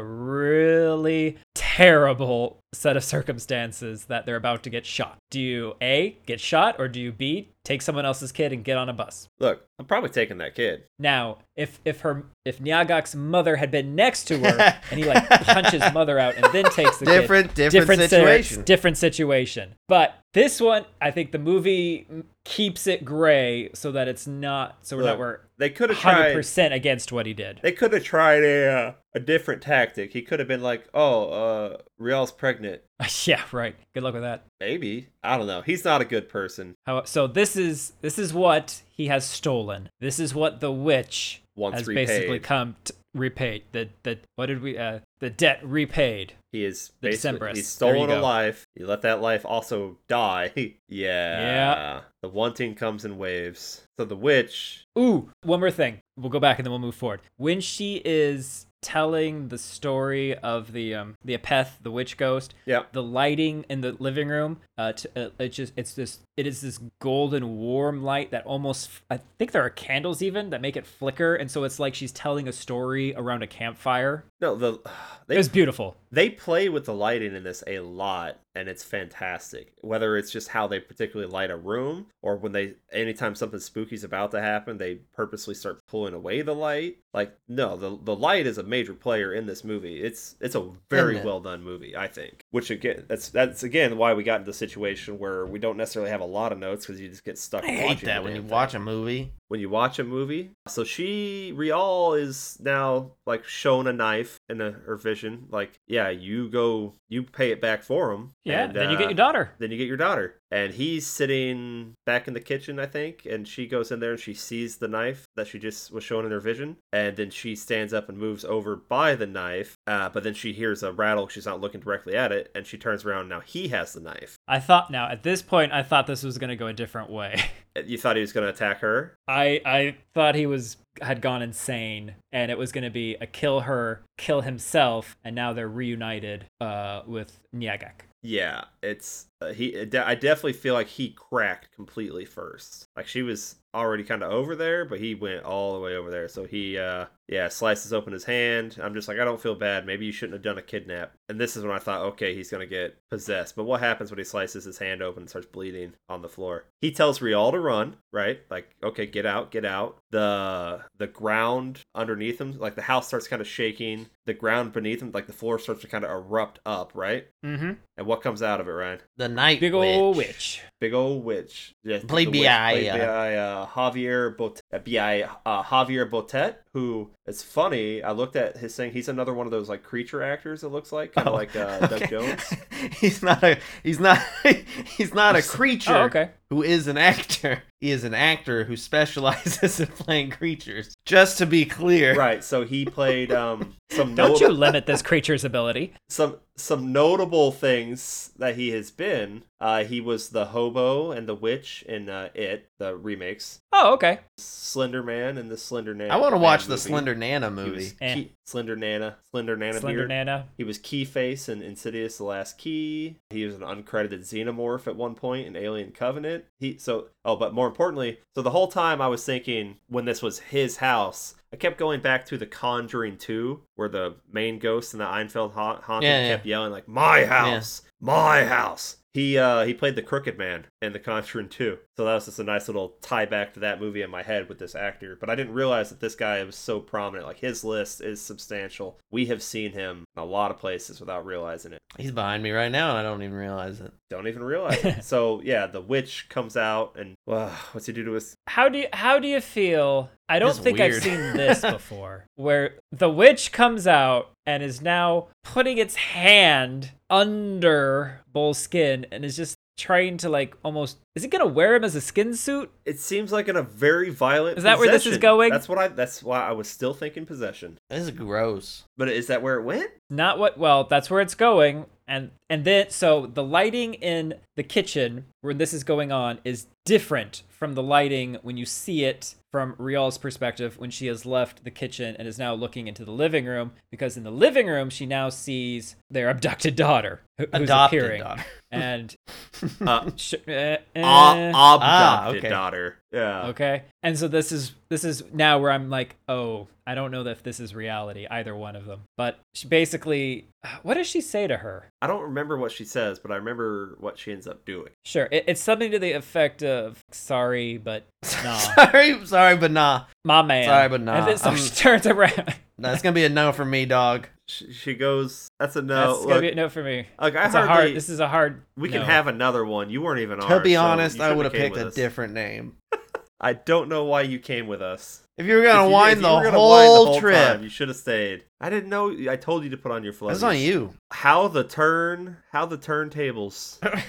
[SPEAKER 2] really terrible set of circumstances that they're about to get shot. Do you A get shot or do you B take someone else's kid and get on a bus?
[SPEAKER 3] Look, I'm probably taking that kid.
[SPEAKER 2] Now, if if her if Nyagak's mother had been next to her and he like punches mother out and then takes the kid,
[SPEAKER 1] Different, different, situation.
[SPEAKER 2] sit- different situation. But this one, I think the movie m- keeps it gray so that it's not so we're
[SPEAKER 3] Look,
[SPEAKER 2] not we're
[SPEAKER 3] They could have
[SPEAKER 2] hundred
[SPEAKER 3] tried.
[SPEAKER 2] percent against what he did.
[SPEAKER 3] They could have tried a uh, a different tactic. He could have been like, "Oh, uh, Rial's pregnant.
[SPEAKER 2] yeah, right. Good luck with that.
[SPEAKER 3] Maybe I don't know. He's not a good person.
[SPEAKER 2] How, so this is this is what he has stolen. This is what the witch
[SPEAKER 3] Once
[SPEAKER 2] has
[SPEAKER 3] repaid,
[SPEAKER 2] basically come to repaid. The the what did we uh the debt repaid.
[SPEAKER 3] he is
[SPEAKER 2] the
[SPEAKER 3] basically
[SPEAKER 2] Decemberists.
[SPEAKER 3] he's
[SPEAKER 2] There you
[SPEAKER 3] stolen a
[SPEAKER 2] go.
[SPEAKER 3] life. He let that life also die. yeah.
[SPEAKER 2] Yeah.
[SPEAKER 3] The wanting comes in waves. So the witch.
[SPEAKER 2] Ooh, one more thing. We'll go back and then we'll move forward. When she is telling the story of the um, the Apeth, the witch ghost.
[SPEAKER 3] Yeah.
[SPEAKER 2] The lighting in the living room, uh, t- uh, it just it's this it is this golden warm light that almost I think there are candles even that make it flicker, and so it's like she's telling a story around a campfire.
[SPEAKER 3] No, the
[SPEAKER 2] It
[SPEAKER 3] they
[SPEAKER 2] was beautiful.
[SPEAKER 3] they play with the lighting in this a lot and it's fantastic whether it's just how they particularly light a room or when they anytime something spooky's about to happen they purposely start pulling away the light like no the, the light is a major player in this movie it's it's a very
[SPEAKER 1] Isn't it?
[SPEAKER 3] well done movie i think which again that's that's again why we got into the situation where we don't necessarily have a lot of notes because you just get stuck
[SPEAKER 1] I hate
[SPEAKER 3] watching
[SPEAKER 1] that
[SPEAKER 3] the
[SPEAKER 1] when you
[SPEAKER 3] damn thing
[SPEAKER 1] watch a movie.
[SPEAKER 3] when you watch a movie. So she Rial is now like shown a knife in a, her vision. Like, yeah, you go, you pay it back for him.
[SPEAKER 2] Yeah.
[SPEAKER 3] and,
[SPEAKER 2] then you get
[SPEAKER 3] uh,
[SPEAKER 2] your daughter.
[SPEAKER 3] Then you get your daughter, and he's sitting back in the kitchen, I think. And she goes in there and she sees the knife that she just was shown in her vision, and then she stands up and moves over by the knife. Uh, but then she hears a rattle. She's not looking directly at it, and she turns around. Now he has the knife.
[SPEAKER 2] I thought now at this point I thought this was gonna go a different way.
[SPEAKER 3] You thought he was going to attack her.
[SPEAKER 2] I I thought he was had gone insane and it was going to be a kill her, kill himself, and now they're reunited uh with Nyagak.
[SPEAKER 3] Yeah, it's uh, he. de- I definitely feel like he cracked completely first. Like she was already kind of over there, but he went all the way over there. So he, uh, yeah, slices open his hand. I'm just like, I don't feel bad. Maybe you shouldn't have done a kidnap. And this is when I thought, okay, he's gonna get possessed. But what happens when he slices his hand open and starts bleeding on the floor? He tells Rial to run, right? Like, okay, get out, get out. The the ground underneath him, like the house starts kind of shaking. The ground beneath him, like the floor starts to kind of erupt up, right?
[SPEAKER 2] Mm-hmm.
[SPEAKER 3] And what comes out of it, Ryan?
[SPEAKER 1] The night
[SPEAKER 2] Big ol' witch. Oh,
[SPEAKER 3] Big old witch. Yeah,
[SPEAKER 1] Played
[SPEAKER 3] the witch
[SPEAKER 1] by,
[SPEAKER 3] Played
[SPEAKER 1] uh,
[SPEAKER 3] by uh, Javier Bot- uh, by, uh, Javier Botet, who it's funny. I looked at his thing. He's another one of those like creature actors. It looks like kind of
[SPEAKER 1] Oh,
[SPEAKER 3] like uh, Doug
[SPEAKER 1] okay.
[SPEAKER 3] Jones.
[SPEAKER 1] he's not a he's not he's not a creature
[SPEAKER 2] Oh, okay.
[SPEAKER 1] who is an actor. He is an actor who specializes in playing creatures. Just to be clear.
[SPEAKER 3] Right. So he played um, some
[SPEAKER 2] Don't you
[SPEAKER 3] notable
[SPEAKER 2] limit this creature's ability.
[SPEAKER 3] some some notable things that he has been. Uh, he was the hobo and the witch in uh, it the remakes.
[SPEAKER 2] Oh, okay.
[SPEAKER 3] Slender Man and the Slender Nana.
[SPEAKER 1] I want to
[SPEAKER 3] Man
[SPEAKER 1] watch the
[SPEAKER 3] movie.
[SPEAKER 1] Slender Nana
[SPEAKER 3] He
[SPEAKER 1] movie.
[SPEAKER 3] was
[SPEAKER 2] Eh.
[SPEAKER 3] Ke- Slender Nana. Slender Nana.
[SPEAKER 2] Slender
[SPEAKER 3] beard.
[SPEAKER 2] Nana.
[SPEAKER 3] He was Keyface in Insidious: The Last Key. He was an uncredited xenomorph at one point in Alien Covenant. He so oh, but more importantly, so the whole time I was thinking when this was his house, I kept going back to The Conjuring 2, where the main ghost in the Einfeld ha- haunting
[SPEAKER 1] Yeah, yeah.
[SPEAKER 3] kept yelling like "My house, my house." He uh he played the crooked man in The Conjuring 2, so that was just a nice little tie back to that movie in my head with this actor. But I didn't realize that this guy was so prominent. Like his list is substantial. We have seen him in a lot of places without realizing it
[SPEAKER 1] He's behind me right now and I don't even realize it.
[SPEAKER 3] don't even realize it. so yeah, the witch comes out and uh, what's he do to his
[SPEAKER 2] How do you how do you feel? I don't
[SPEAKER 1] This is
[SPEAKER 2] think I've
[SPEAKER 1] weird.
[SPEAKER 2] seen this before. Where the witch comes out and is now putting its hand under Bull's skin and is just trying to like almost is it gonna wear him as a skin suit?
[SPEAKER 3] it seems like in a very violent
[SPEAKER 2] Is that where this is
[SPEAKER 3] possession.
[SPEAKER 2] going?
[SPEAKER 3] That's what I that's why I was still thinking possession.
[SPEAKER 1] This is gross.
[SPEAKER 3] But is that where it went?
[SPEAKER 2] not what well that's where it's going and and then so the lighting in the kitchen where this is going on is different from the lighting when you see it from Rial's perspective when she has left the kitchen and is now looking into the living room because in the living room she now sees their abducted daughter who- who's
[SPEAKER 1] Adopted
[SPEAKER 2] appearing
[SPEAKER 1] daughter.
[SPEAKER 2] and
[SPEAKER 3] Uh,
[SPEAKER 2] sh- eh, eh.
[SPEAKER 3] Ah,
[SPEAKER 1] Ah,
[SPEAKER 3] abducted
[SPEAKER 1] okay.
[SPEAKER 3] daughter. Yeah.
[SPEAKER 2] okay and so this is this is now where i'm like oh i don't know if this is reality either one of them but she basically what does she say to her
[SPEAKER 3] I don't remember what she says, but I remember what she ends up doing.
[SPEAKER 2] Sure, it, it's something to the effect of "Sorry, but nah,
[SPEAKER 1] sorry, sorry, but nah.
[SPEAKER 2] my man."
[SPEAKER 1] Sorry, but nah.
[SPEAKER 2] And then so
[SPEAKER 1] I'm-
[SPEAKER 2] she turns around.
[SPEAKER 1] That's gonna be a no for me, dog.
[SPEAKER 3] She, she goes, "That's a no."
[SPEAKER 2] That's gonna
[SPEAKER 3] look,
[SPEAKER 2] be a no for me.
[SPEAKER 3] look, I
[SPEAKER 2] It's a
[SPEAKER 3] hardly,
[SPEAKER 2] hard. This is a hard.
[SPEAKER 3] we
[SPEAKER 2] no.
[SPEAKER 3] can have another one. You weren't even on.
[SPEAKER 1] to be
[SPEAKER 3] so
[SPEAKER 1] honest,
[SPEAKER 3] you
[SPEAKER 1] I
[SPEAKER 3] shouldn't
[SPEAKER 1] would have
[SPEAKER 3] came
[SPEAKER 1] picked
[SPEAKER 3] with
[SPEAKER 1] a
[SPEAKER 3] us.
[SPEAKER 1] different name.
[SPEAKER 3] I don't know why you came with us.
[SPEAKER 1] If you were gonna
[SPEAKER 3] If you-
[SPEAKER 1] wind
[SPEAKER 3] if you
[SPEAKER 1] the,
[SPEAKER 3] were gonna
[SPEAKER 1] whole
[SPEAKER 3] whine the whole
[SPEAKER 1] trip,
[SPEAKER 3] time, you should have stayed. I didn't know. I told you to put on your floaties.
[SPEAKER 1] that's on you.
[SPEAKER 3] How the turn? How the turntables?
[SPEAKER 2] Uh,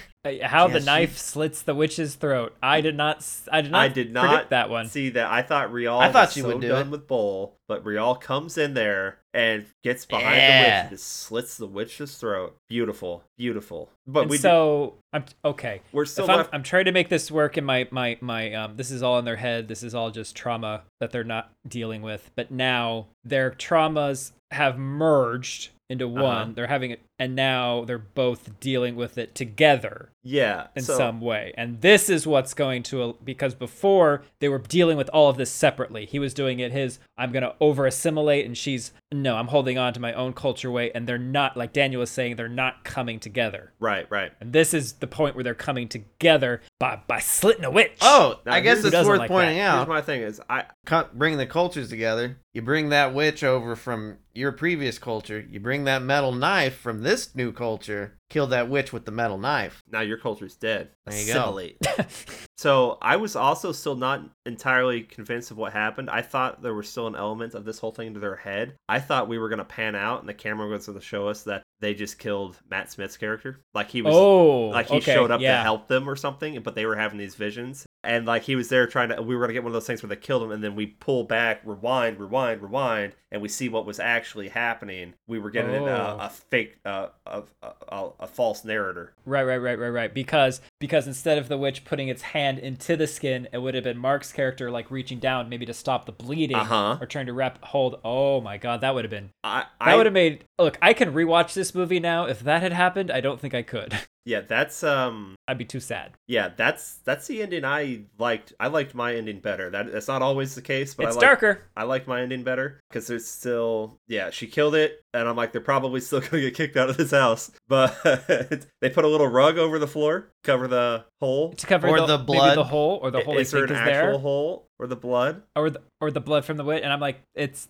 [SPEAKER 2] how
[SPEAKER 1] Yeah,
[SPEAKER 2] the
[SPEAKER 1] she-
[SPEAKER 2] knife slits the witch's throat. I did not. s- I did not.
[SPEAKER 3] I did not
[SPEAKER 2] predict that one.
[SPEAKER 3] See that? I thought Rial.
[SPEAKER 1] I thought
[SPEAKER 3] was
[SPEAKER 1] you
[SPEAKER 3] so
[SPEAKER 1] would do
[SPEAKER 3] done
[SPEAKER 1] it.
[SPEAKER 3] with Bull, but Rial comes in there and gets behind
[SPEAKER 1] Yeah.
[SPEAKER 3] the witch and just slits the witch's throat. Beautiful, beautiful. But
[SPEAKER 2] And
[SPEAKER 3] we
[SPEAKER 2] so I'm okay.
[SPEAKER 3] we're still
[SPEAKER 2] if I'm,
[SPEAKER 3] left.
[SPEAKER 2] I'm trying to make this work in my my my um this is all in their head this is all just trauma that they're not dealing with but now their traumas have merged into
[SPEAKER 3] Uh-huh.
[SPEAKER 2] one they're having it and now they're both dealing with it together
[SPEAKER 3] yeah.
[SPEAKER 2] in
[SPEAKER 3] so,
[SPEAKER 2] some way and this is what's going to because before they were dealing with all of this separately he was doing it his i'm going to over assimilate and she's no i'm holding on to my own culture way and they're not like daniel was saying they're not coming together
[SPEAKER 3] Right, right.
[SPEAKER 2] and this is the point where they're coming together by by slitting a witch.
[SPEAKER 1] Oh,
[SPEAKER 3] Now,
[SPEAKER 1] I guess
[SPEAKER 3] who
[SPEAKER 1] it's
[SPEAKER 2] doesn't
[SPEAKER 1] worth
[SPEAKER 2] like
[SPEAKER 1] pointing
[SPEAKER 3] Here's
[SPEAKER 1] out.
[SPEAKER 3] my thing is I
[SPEAKER 1] co- bring the cultures together. You bring that witch over from your previous culture. You bring that metal knife from this new culture. Kill that witch with the metal knife.
[SPEAKER 3] now your culture's dead.
[SPEAKER 1] There you go.
[SPEAKER 3] Assimilate. so I was also still not entirely convinced of what happened. I thought there was still an element of this whole thing to their head. I thought we were gonna pan out and the camera was gonna show us that they just killed Matt Smith's character. Like he was
[SPEAKER 2] oh,
[SPEAKER 3] like he
[SPEAKER 2] okay,
[SPEAKER 3] showed up
[SPEAKER 2] yeah.
[SPEAKER 3] to help them or something but they were having these visions and like he was there trying to we were going to get one of those things where they killed him and then we pull back rewind rewind rewind and we see what was actually happening we were getting in a,
[SPEAKER 2] Oh.
[SPEAKER 3] a fake uh, a, a, a, a false narrator
[SPEAKER 2] Right, right, right, right, right. Because because instead of the witch putting its hand into the skin, it would have been Mark's character like reaching down maybe to stop the bleeding
[SPEAKER 3] uh-huh
[SPEAKER 2] or trying to wrap hold. Oh my god, that would have been
[SPEAKER 3] i,
[SPEAKER 2] that
[SPEAKER 3] I
[SPEAKER 2] would have made. Look, I can rewatch this movie now. If that had happened, I don't think I could.
[SPEAKER 3] yeah that's um
[SPEAKER 2] I'd be too sad.
[SPEAKER 3] yeah that's that's the ending i liked i liked my ending better that that's not always the case but
[SPEAKER 2] it's
[SPEAKER 3] i like
[SPEAKER 2] darker.
[SPEAKER 3] I like my ending better because there's still, yeah, she killed it, and I'm like, they're probably still gonna get kicked out of this house. But they put a little rug over the floor, cover the hole.
[SPEAKER 2] To cover
[SPEAKER 1] Or
[SPEAKER 2] the,
[SPEAKER 1] the
[SPEAKER 2] maybe
[SPEAKER 1] blood.
[SPEAKER 2] the hole, or the hole they
[SPEAKER 3] is there
[SPEAKER 2] think
[SPEAKER 3] an
[SPEAKER 2] is
[SPEAKER 3] actual
[SPEAKER 2] there,
[SPEAKER 3] hole or the blood?
[SPEAKER 2] or the or the blood from the witch, and I'm like, it's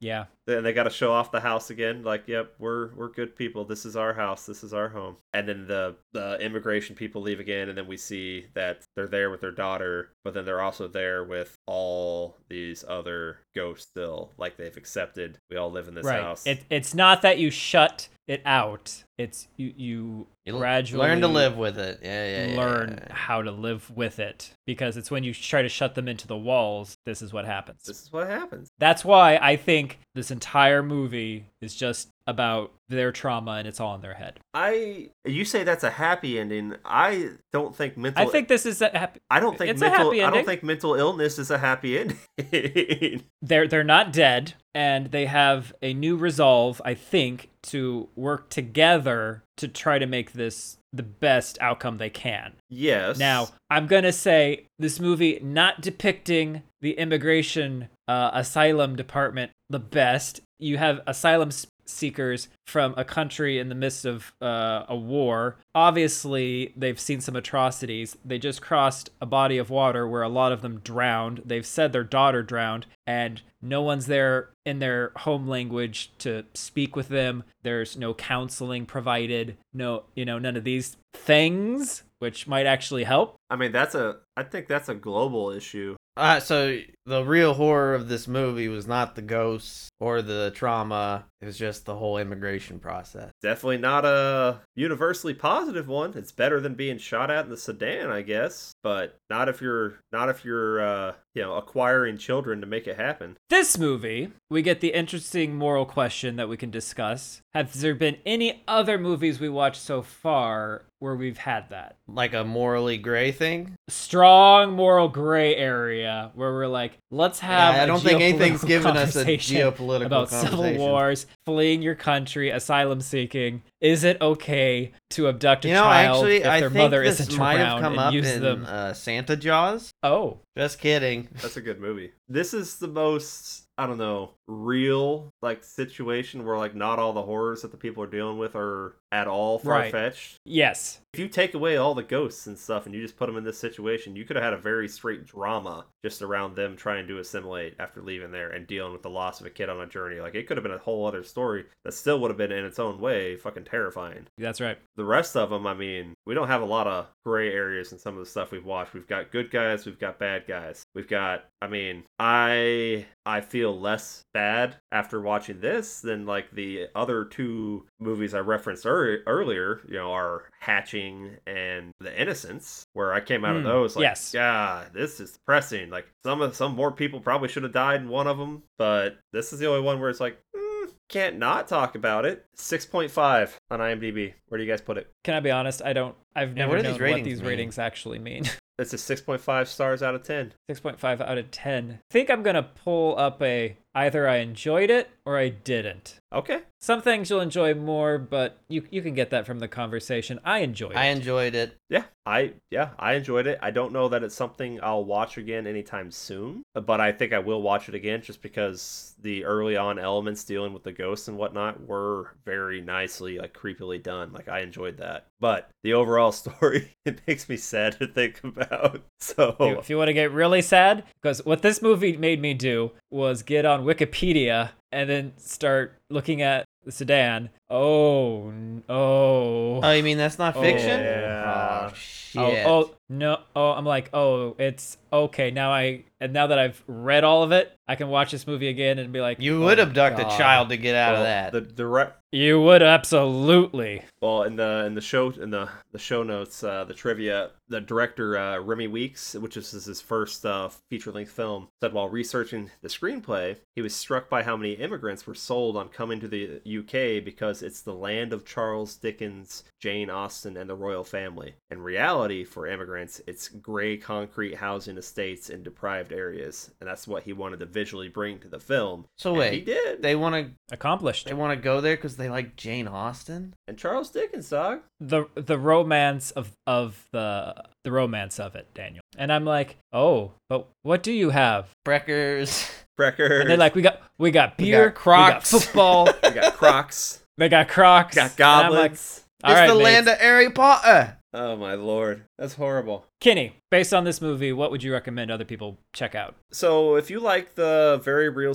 [SPEAKER 2] yeah.
[SPEAKER 3] Then they got to show off the house again. Like, yep, we're we're good people. This is our house. This is our home. And then the the immigration people leave again, and then we see that they're there with their daughter, but then they're also there with all these other ghosts. Still, like they've accepted. We all live in this house.
[SPEAKER 2] It, it's not that you shut it out. It's you you,
[SPEAKER 1] You l-
[SPEAKER 2] gradually
[SPEAKER 1] Learn to live with it. Yeah, yeah, yeah, yeah.
[SPEAKER 2] learn how to live with it because it's when you try to shut them into the walls. This is what happens.
[SPEAKER 3] this is what happens.
[SPEAKER 2] That's why I think this entire movie is just about their trauma and it's all in their head.
[SPEAKER 3] I you say that's a happy ending. I don't think mental.
[SPEAKER 2] I think this is a happy.
[SPEAKER 3] I don't think
[SPEAKER 2] it's a
[SPEAKER 3] mental.
[SPEAKER 2] happy
[SPEAKER 3] I don't
[SPEAKER 2] ending.
[SPEAKER 3] think mental illness is a happy ending.
[SPEAKER 2] they're they're not dead and they have a new resolve i think to work together to try to make this the best outcome they can
[SPEAKER 3] yes.
[SPEAKER 2] Now, I'm going to say this movie not depicting the immigration uh, asylum department the best. You have asylum s- seekers from a country in the midst of uh, a war. Obviously, they've seen some atrocities. They just crossed a body of water where a lot of them drowned. They've said their daughter drowned, and no one's there in their home language to speak with them. There's no counseling provided. No, you know, none of these things which might actually help.
[SPEAKER 3] I mean that's a. I think that's a global issue.
[SPEAKER 1] Uh, so the real horror of this movie was not the ghosts or the trauma. It was just the whole immigration process.
[SPEAKER 3] Definitely not a universally positive one. It's better than being shot at in the sedan, I guess. But not if you're not if you're uh, you know acquiring children to make it happen.
[SPEAKER 2] This movie, we get the interesting moral question that we can discuss. Have there been any other movies we watched so far where we've had that?
[SPEAKER 1] Like a morally gray thing.
[SPEAKER 2] Strong moral gray area where we're like, let's have.
[SPEAKER 1] Yeah, I
[SPEAKER 2] a
[SPEAKER 1] don't think anything's
[SPEAKER 2] geopolitical
[SPEAKER 1] given us a
[SPEAKER 2] conversation
[SPEAKER 1] geopolitical
[SPEAKER 2] about civil
[SPEAKER 1] conversation.
[SPEAKER 2] wars, fleeing your country, asylum seeking. Is it okay to abduct a
[SPEAKER 1] You know,
[SPEAKER 2] child
[SPEAKER 1] actually,
[SPEAKER 2] if
[SPEAKER 1] I
[SPEAKER 2] their
[SPEAKER 1] think
[SPEAKER 2] mother
[SPEAKER 1] this
[SPEAKER 2] isn't
[SPEAKER 1] might have
[SPEAKER 2] around
[SPEAKER 1] come
[SPEAKER 2] and
[SPEAKER 1] up
[SPEAKER 2] use
[SPEAKER 1] in
[SPEAKER 2] them?
[SPEAKER 1] uh, Santa Jaws.
[SPEAKER 2] Oh,
[SPEAKER 1] Just kidding.
[SPEAKER 3] That's a good movie. This is the most I don't know real like situation where like not all the horrors that the people are dealing with are at all far
[SPEAKER 2] Right.
[SPEAKER 3] fetched.
[SPEAKER 2] yes.
[SPEAKER 3] If you take away all the ghosts and stuff and you just put them in this situation, you could have had a very straight drama just around them trying to assimilate after leaving there and dealing with the loss of a kid on a journey. Like it could have been a whole other story that still would have been in its own way fucking terrifying
[SPEAKER 2] That's right.
[SPEAKER 3] the rest of them, I mean, we don't have a lot of gray areas in some of the stuff we've watched. We've got good guys, we've got bad guys. We've got, I mean, I I feel less bad after watching this than like the other two movies I referenced ear earlier. You know, are Hatching and The Innocents, where I came out of
[SPEAKER 2] Hmm,
[SPEAKER 3] those like,
[SPEAKER 2] yes.
[SPEAKER 3] yeah, this is depressing. Like some of some more people probably should have died in one of them, but this is the only one where it's like. "Mm, Can't not talk about it. 6.5 on IMDb. Where do you guys put it?
[SPEAKER 2] Can I be honest? I don't. I've
[SPEAKER 1] Yeah, what
[SPEAKER 2] never
[SPEAKER 1] do
[SPEAKER 2] known
[SPEAKER 1] these
[SPEAKER 2] what
[SPEAKER 1] ratings
[SPEAKER 2] these
[SPEAKER 1] mean?
[SPEAKER 2] ratings actually mean.
[SPEAKER 3] It's a 6.5 stars out of 10.
[SPEAKER 2] 6.5 out of 10. Think I'm going to pull up a either I enjoyed it or I didn't.
[SPEAKER 3] Okay.
[SPEAKER 2] Some things you'll enjoy more, but you you can get that from the conversation. I enjoyed
[SPEAKER 1] I
[SPEAKER 2] it.
[SPEAKER 1] enjoyed it.
[SPEAKER 3] Yeah, I yeah, I enjoyed it. I don't know that it's something I'll watch again anytime soon, but I think I will watch it again just because the early on elements dealing with the ghosts and whatnot were very nicely, like creepily done. Like I enjoyed that. But the overall story, it makes me sad to think about. So
[SPEAKER 2] If you- If you want to get really sad, because what this movie made me do was get on Wikipedia and then start looking at the sedan. Oh, n- oh.
[SPEAKER 1] Oh, you mean that's not
[SPEAKER 2] Oh.
[SPEAKER 1] fiction?
[SPEAKER 3] Yeah.
[SPEAKER 1] Oh,
[SPEAKER 2] Oh,
[SPEAKER 1] shit.
[SPEAKER 2] oh no! Oh, I'm like, oh, it's okay now. I and now that I've read all of it, I can watch this movie again and be like,
[SPEAKER 1] you
[SPEAKER 2] oh
[SPEAKER 1] would
[SPEAKER 2] my
[SPEAKER 1] abduct
[SPEAKER 2] God.
[SPEAKER 1] a child to get out
[SPEAKER 3] well,
[SPEAKER 1] of that.
[SPEAKER 3] The direct
[SPEAKER 2] You would absolutely.
[SPEAKER 3] Well, in the in the show in the the show notes, uh, the trivia, the director uh, Remy Weeks, which is is his first uh, feature length film, said while researching the screenplay, he was struck by how many immigrants were sold on coming to the UK because it's the land of Charles Dickens, Jane Austen, and the royal family. In reality, for immigrants, it's gray concrete housing estates in deprived areas, and that's what he wanted to visually bring to the film.
[SPEAKER 1] so
[SPEAKER 2] Oh,
[SPEAKER 3] and he
[SPEAKER 1] wait,
[SPEAKER 3] did.
[SPEAKER 1] they want to
[SPEAKER 2] Accomplished
[SPEAKER 1] they want to go there because they like Jane Austen.
[SPEAKER 3] and Charles Dickens, dog.
[SPEAKER 2] the the romance of of the the romance of it, Daniel. And I'm like, oh, but what do you have?
[SPEAKER 1] Breckers.
[SPEAKER 3] Brecker.
[SPEAKER 2] And they're like, we got we got
[SPEAKER 1] We
[SPEAKER 2] beer,
[SPEAKER 1] got Crocs.
[SPEAKER 2] we got football,
[SPEAKER 3] we got Crocs.
[SPEAKER 2] they got Crocs,
[SPEAKER 3] got
[SPEAKER 2] And I'm like,
[SPEAKER 3] goblins.
[SPEAKER 2] all
[SPEAKER 1] it's
[SPEAKER 2] right,
[SPEAKER 1] the
[SPEAKER 2] mates.
[SPEAKER 1] land of Harry Potter.
[SPEAKER 3] oh my lord, that's horrible.
[SPEAKER 2] Kenny, based on this movie, what would you recommend other people check out?
[SPEAKER 3] So if you like the very real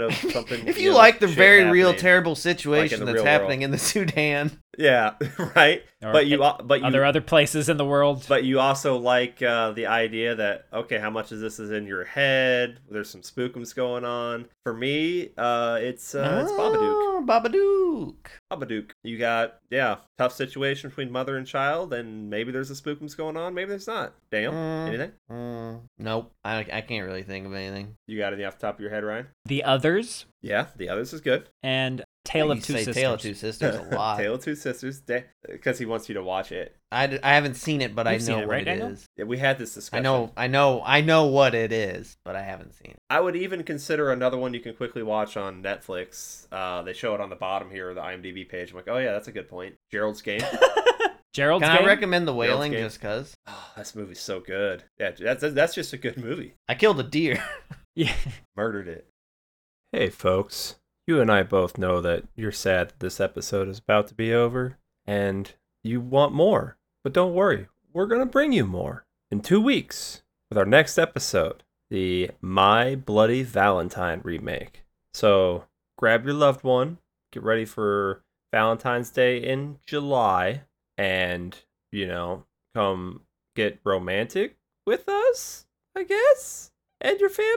[SPEAKER 3] of something,
[SPEAKER 1] If you
[SPEAKER 3] know,
[SPEAKER 1] like the
[SPEAKER 3] shit
[SPEAKER 1] very real
[SPEAKER 3] happening-
[SPEAKER 1] terrible situation
[SPEAKER 3] the
[SPEAKER 1] that's
[SPEAKER 3] real
[SPEAKER 1] happening in the Sudan,
[SPEAKER 3] yeah, right.
[SPEAKER 2] Or
[SPEAKER 3] but you, al- but you,
[SPEAKER 2] Are there other places in the world?
[SPEAKER 3] but you also like uh, the idea that okay, how much of this is in your head? There's some spookums going on. For me, uh, it's uh, it's Babadook.
[SPEAKER 1] Oh, Babadook.
[SPEAKER 3] Babadook. You got yeah, tough situation between mother and child, and maybe there's a spookums going on, maybe there's not. Damn,
[SPEAKER 1] Mm.
[SPEAKER 3] anything
[SPEAKER 1] Mm, nope, I I can't really think of anything.
[SPEAKER 3] you got any off the top of your head, Ryan?
[SPEAKER 2] the others
[SPEAKER 3] Yeah, the others is good.
[SPEAKER 2] and Tale
[SPEAKER 1] You
[SPEAKER 2] of Two
[SPEAKER 1] say
[SPEAKER 2] Sisters.
[SPEAKER 1] Tale of Two Sisters a lot.
[SPEAKER 3] Tale of Two Sisters, because he wants you to watch it.
[SPEAKER 1] I, d- I haven't seen it, but I
[SPEAKER 2] You've seen
[SPEAKER 1] know
[SPEAKER 2] it,
[SPEAKER 1] what
[SPEAKER 2] right,
[SPEAKER 1] it
[SPEAKER 2] Daniel?
[SPEAKER 1] is.
[SPEAKER 3] Yeah, We had this
[SPEAKER 1] I
[SPEAKER 3] discussion.
[SPEAKER 1] know, I know, I know what it is, but I haven't seen it.
[SPEAKER 3] I would even consider another one you can quickly watch on Netflix. Uh, they show it on the bottom here of the IMDb page. I'm like, oh yeah, that's a good point. Gerald's Game.
[SPEAKER 2] Gerald's
[SPEAKER 1] Can I
[SPEAKER 2] Game?
[SPEAKER 1] recommend The Wailing
[SPEAKER 3] Game.
[SPEAKER 1] just cause?
[SPEAKER 3] oh, this movie's so good. Yeah, that's that's just a good movie.
[SPEAKER 1] I killed a deer.
[SPEAKER 2] Yeah.
[SPEAKER 3] Murdered it. Hey folks, you and I both know that you're sad that this episode is about to be over, and you want more. But don't worry, we're gonna bring you more in two weeks with our next episode, the My Bloody Valentine remake. So grab your loved one, get ready for Valentine's Day in July, and you know, come get romantic with us, I guess, and your family,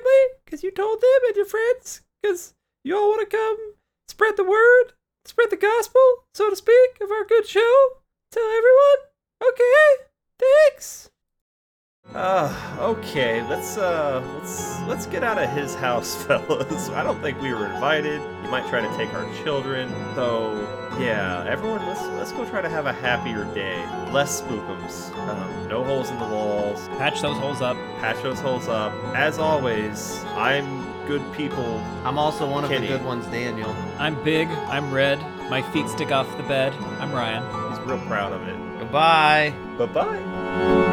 [SPEAKER 3] because you told them, and your friends, because you all want to come spread the word, spread the gospel, so to speak, of our good show. Tell everyone. Okay, thanks. Uh, okay, let's uh let's let's get out of his house, fellas. I don't think we were invited. You might try to take our children. So yeah, everyone let's let's go try to have a happier day. Less spookums. Um, no holes in the walls.
[SPEAKER 2] Patch those holes up.
[SPEAKER 3] Patch those holes up. As always, I'm good people.
[SPEAKER 1] I'm also one of
[SPEAKER 3] Kenny.
[SPEAKER 1] the good ones, Daniel.
[SPEAKER 2] I'm big. I'm red. My feet stick off the bed. I'm Ryan.
[SPEAKER 3] He's real proud of it.
[SPEAKER 1] Goodbye.
[SPEAKER 3] Bye bye.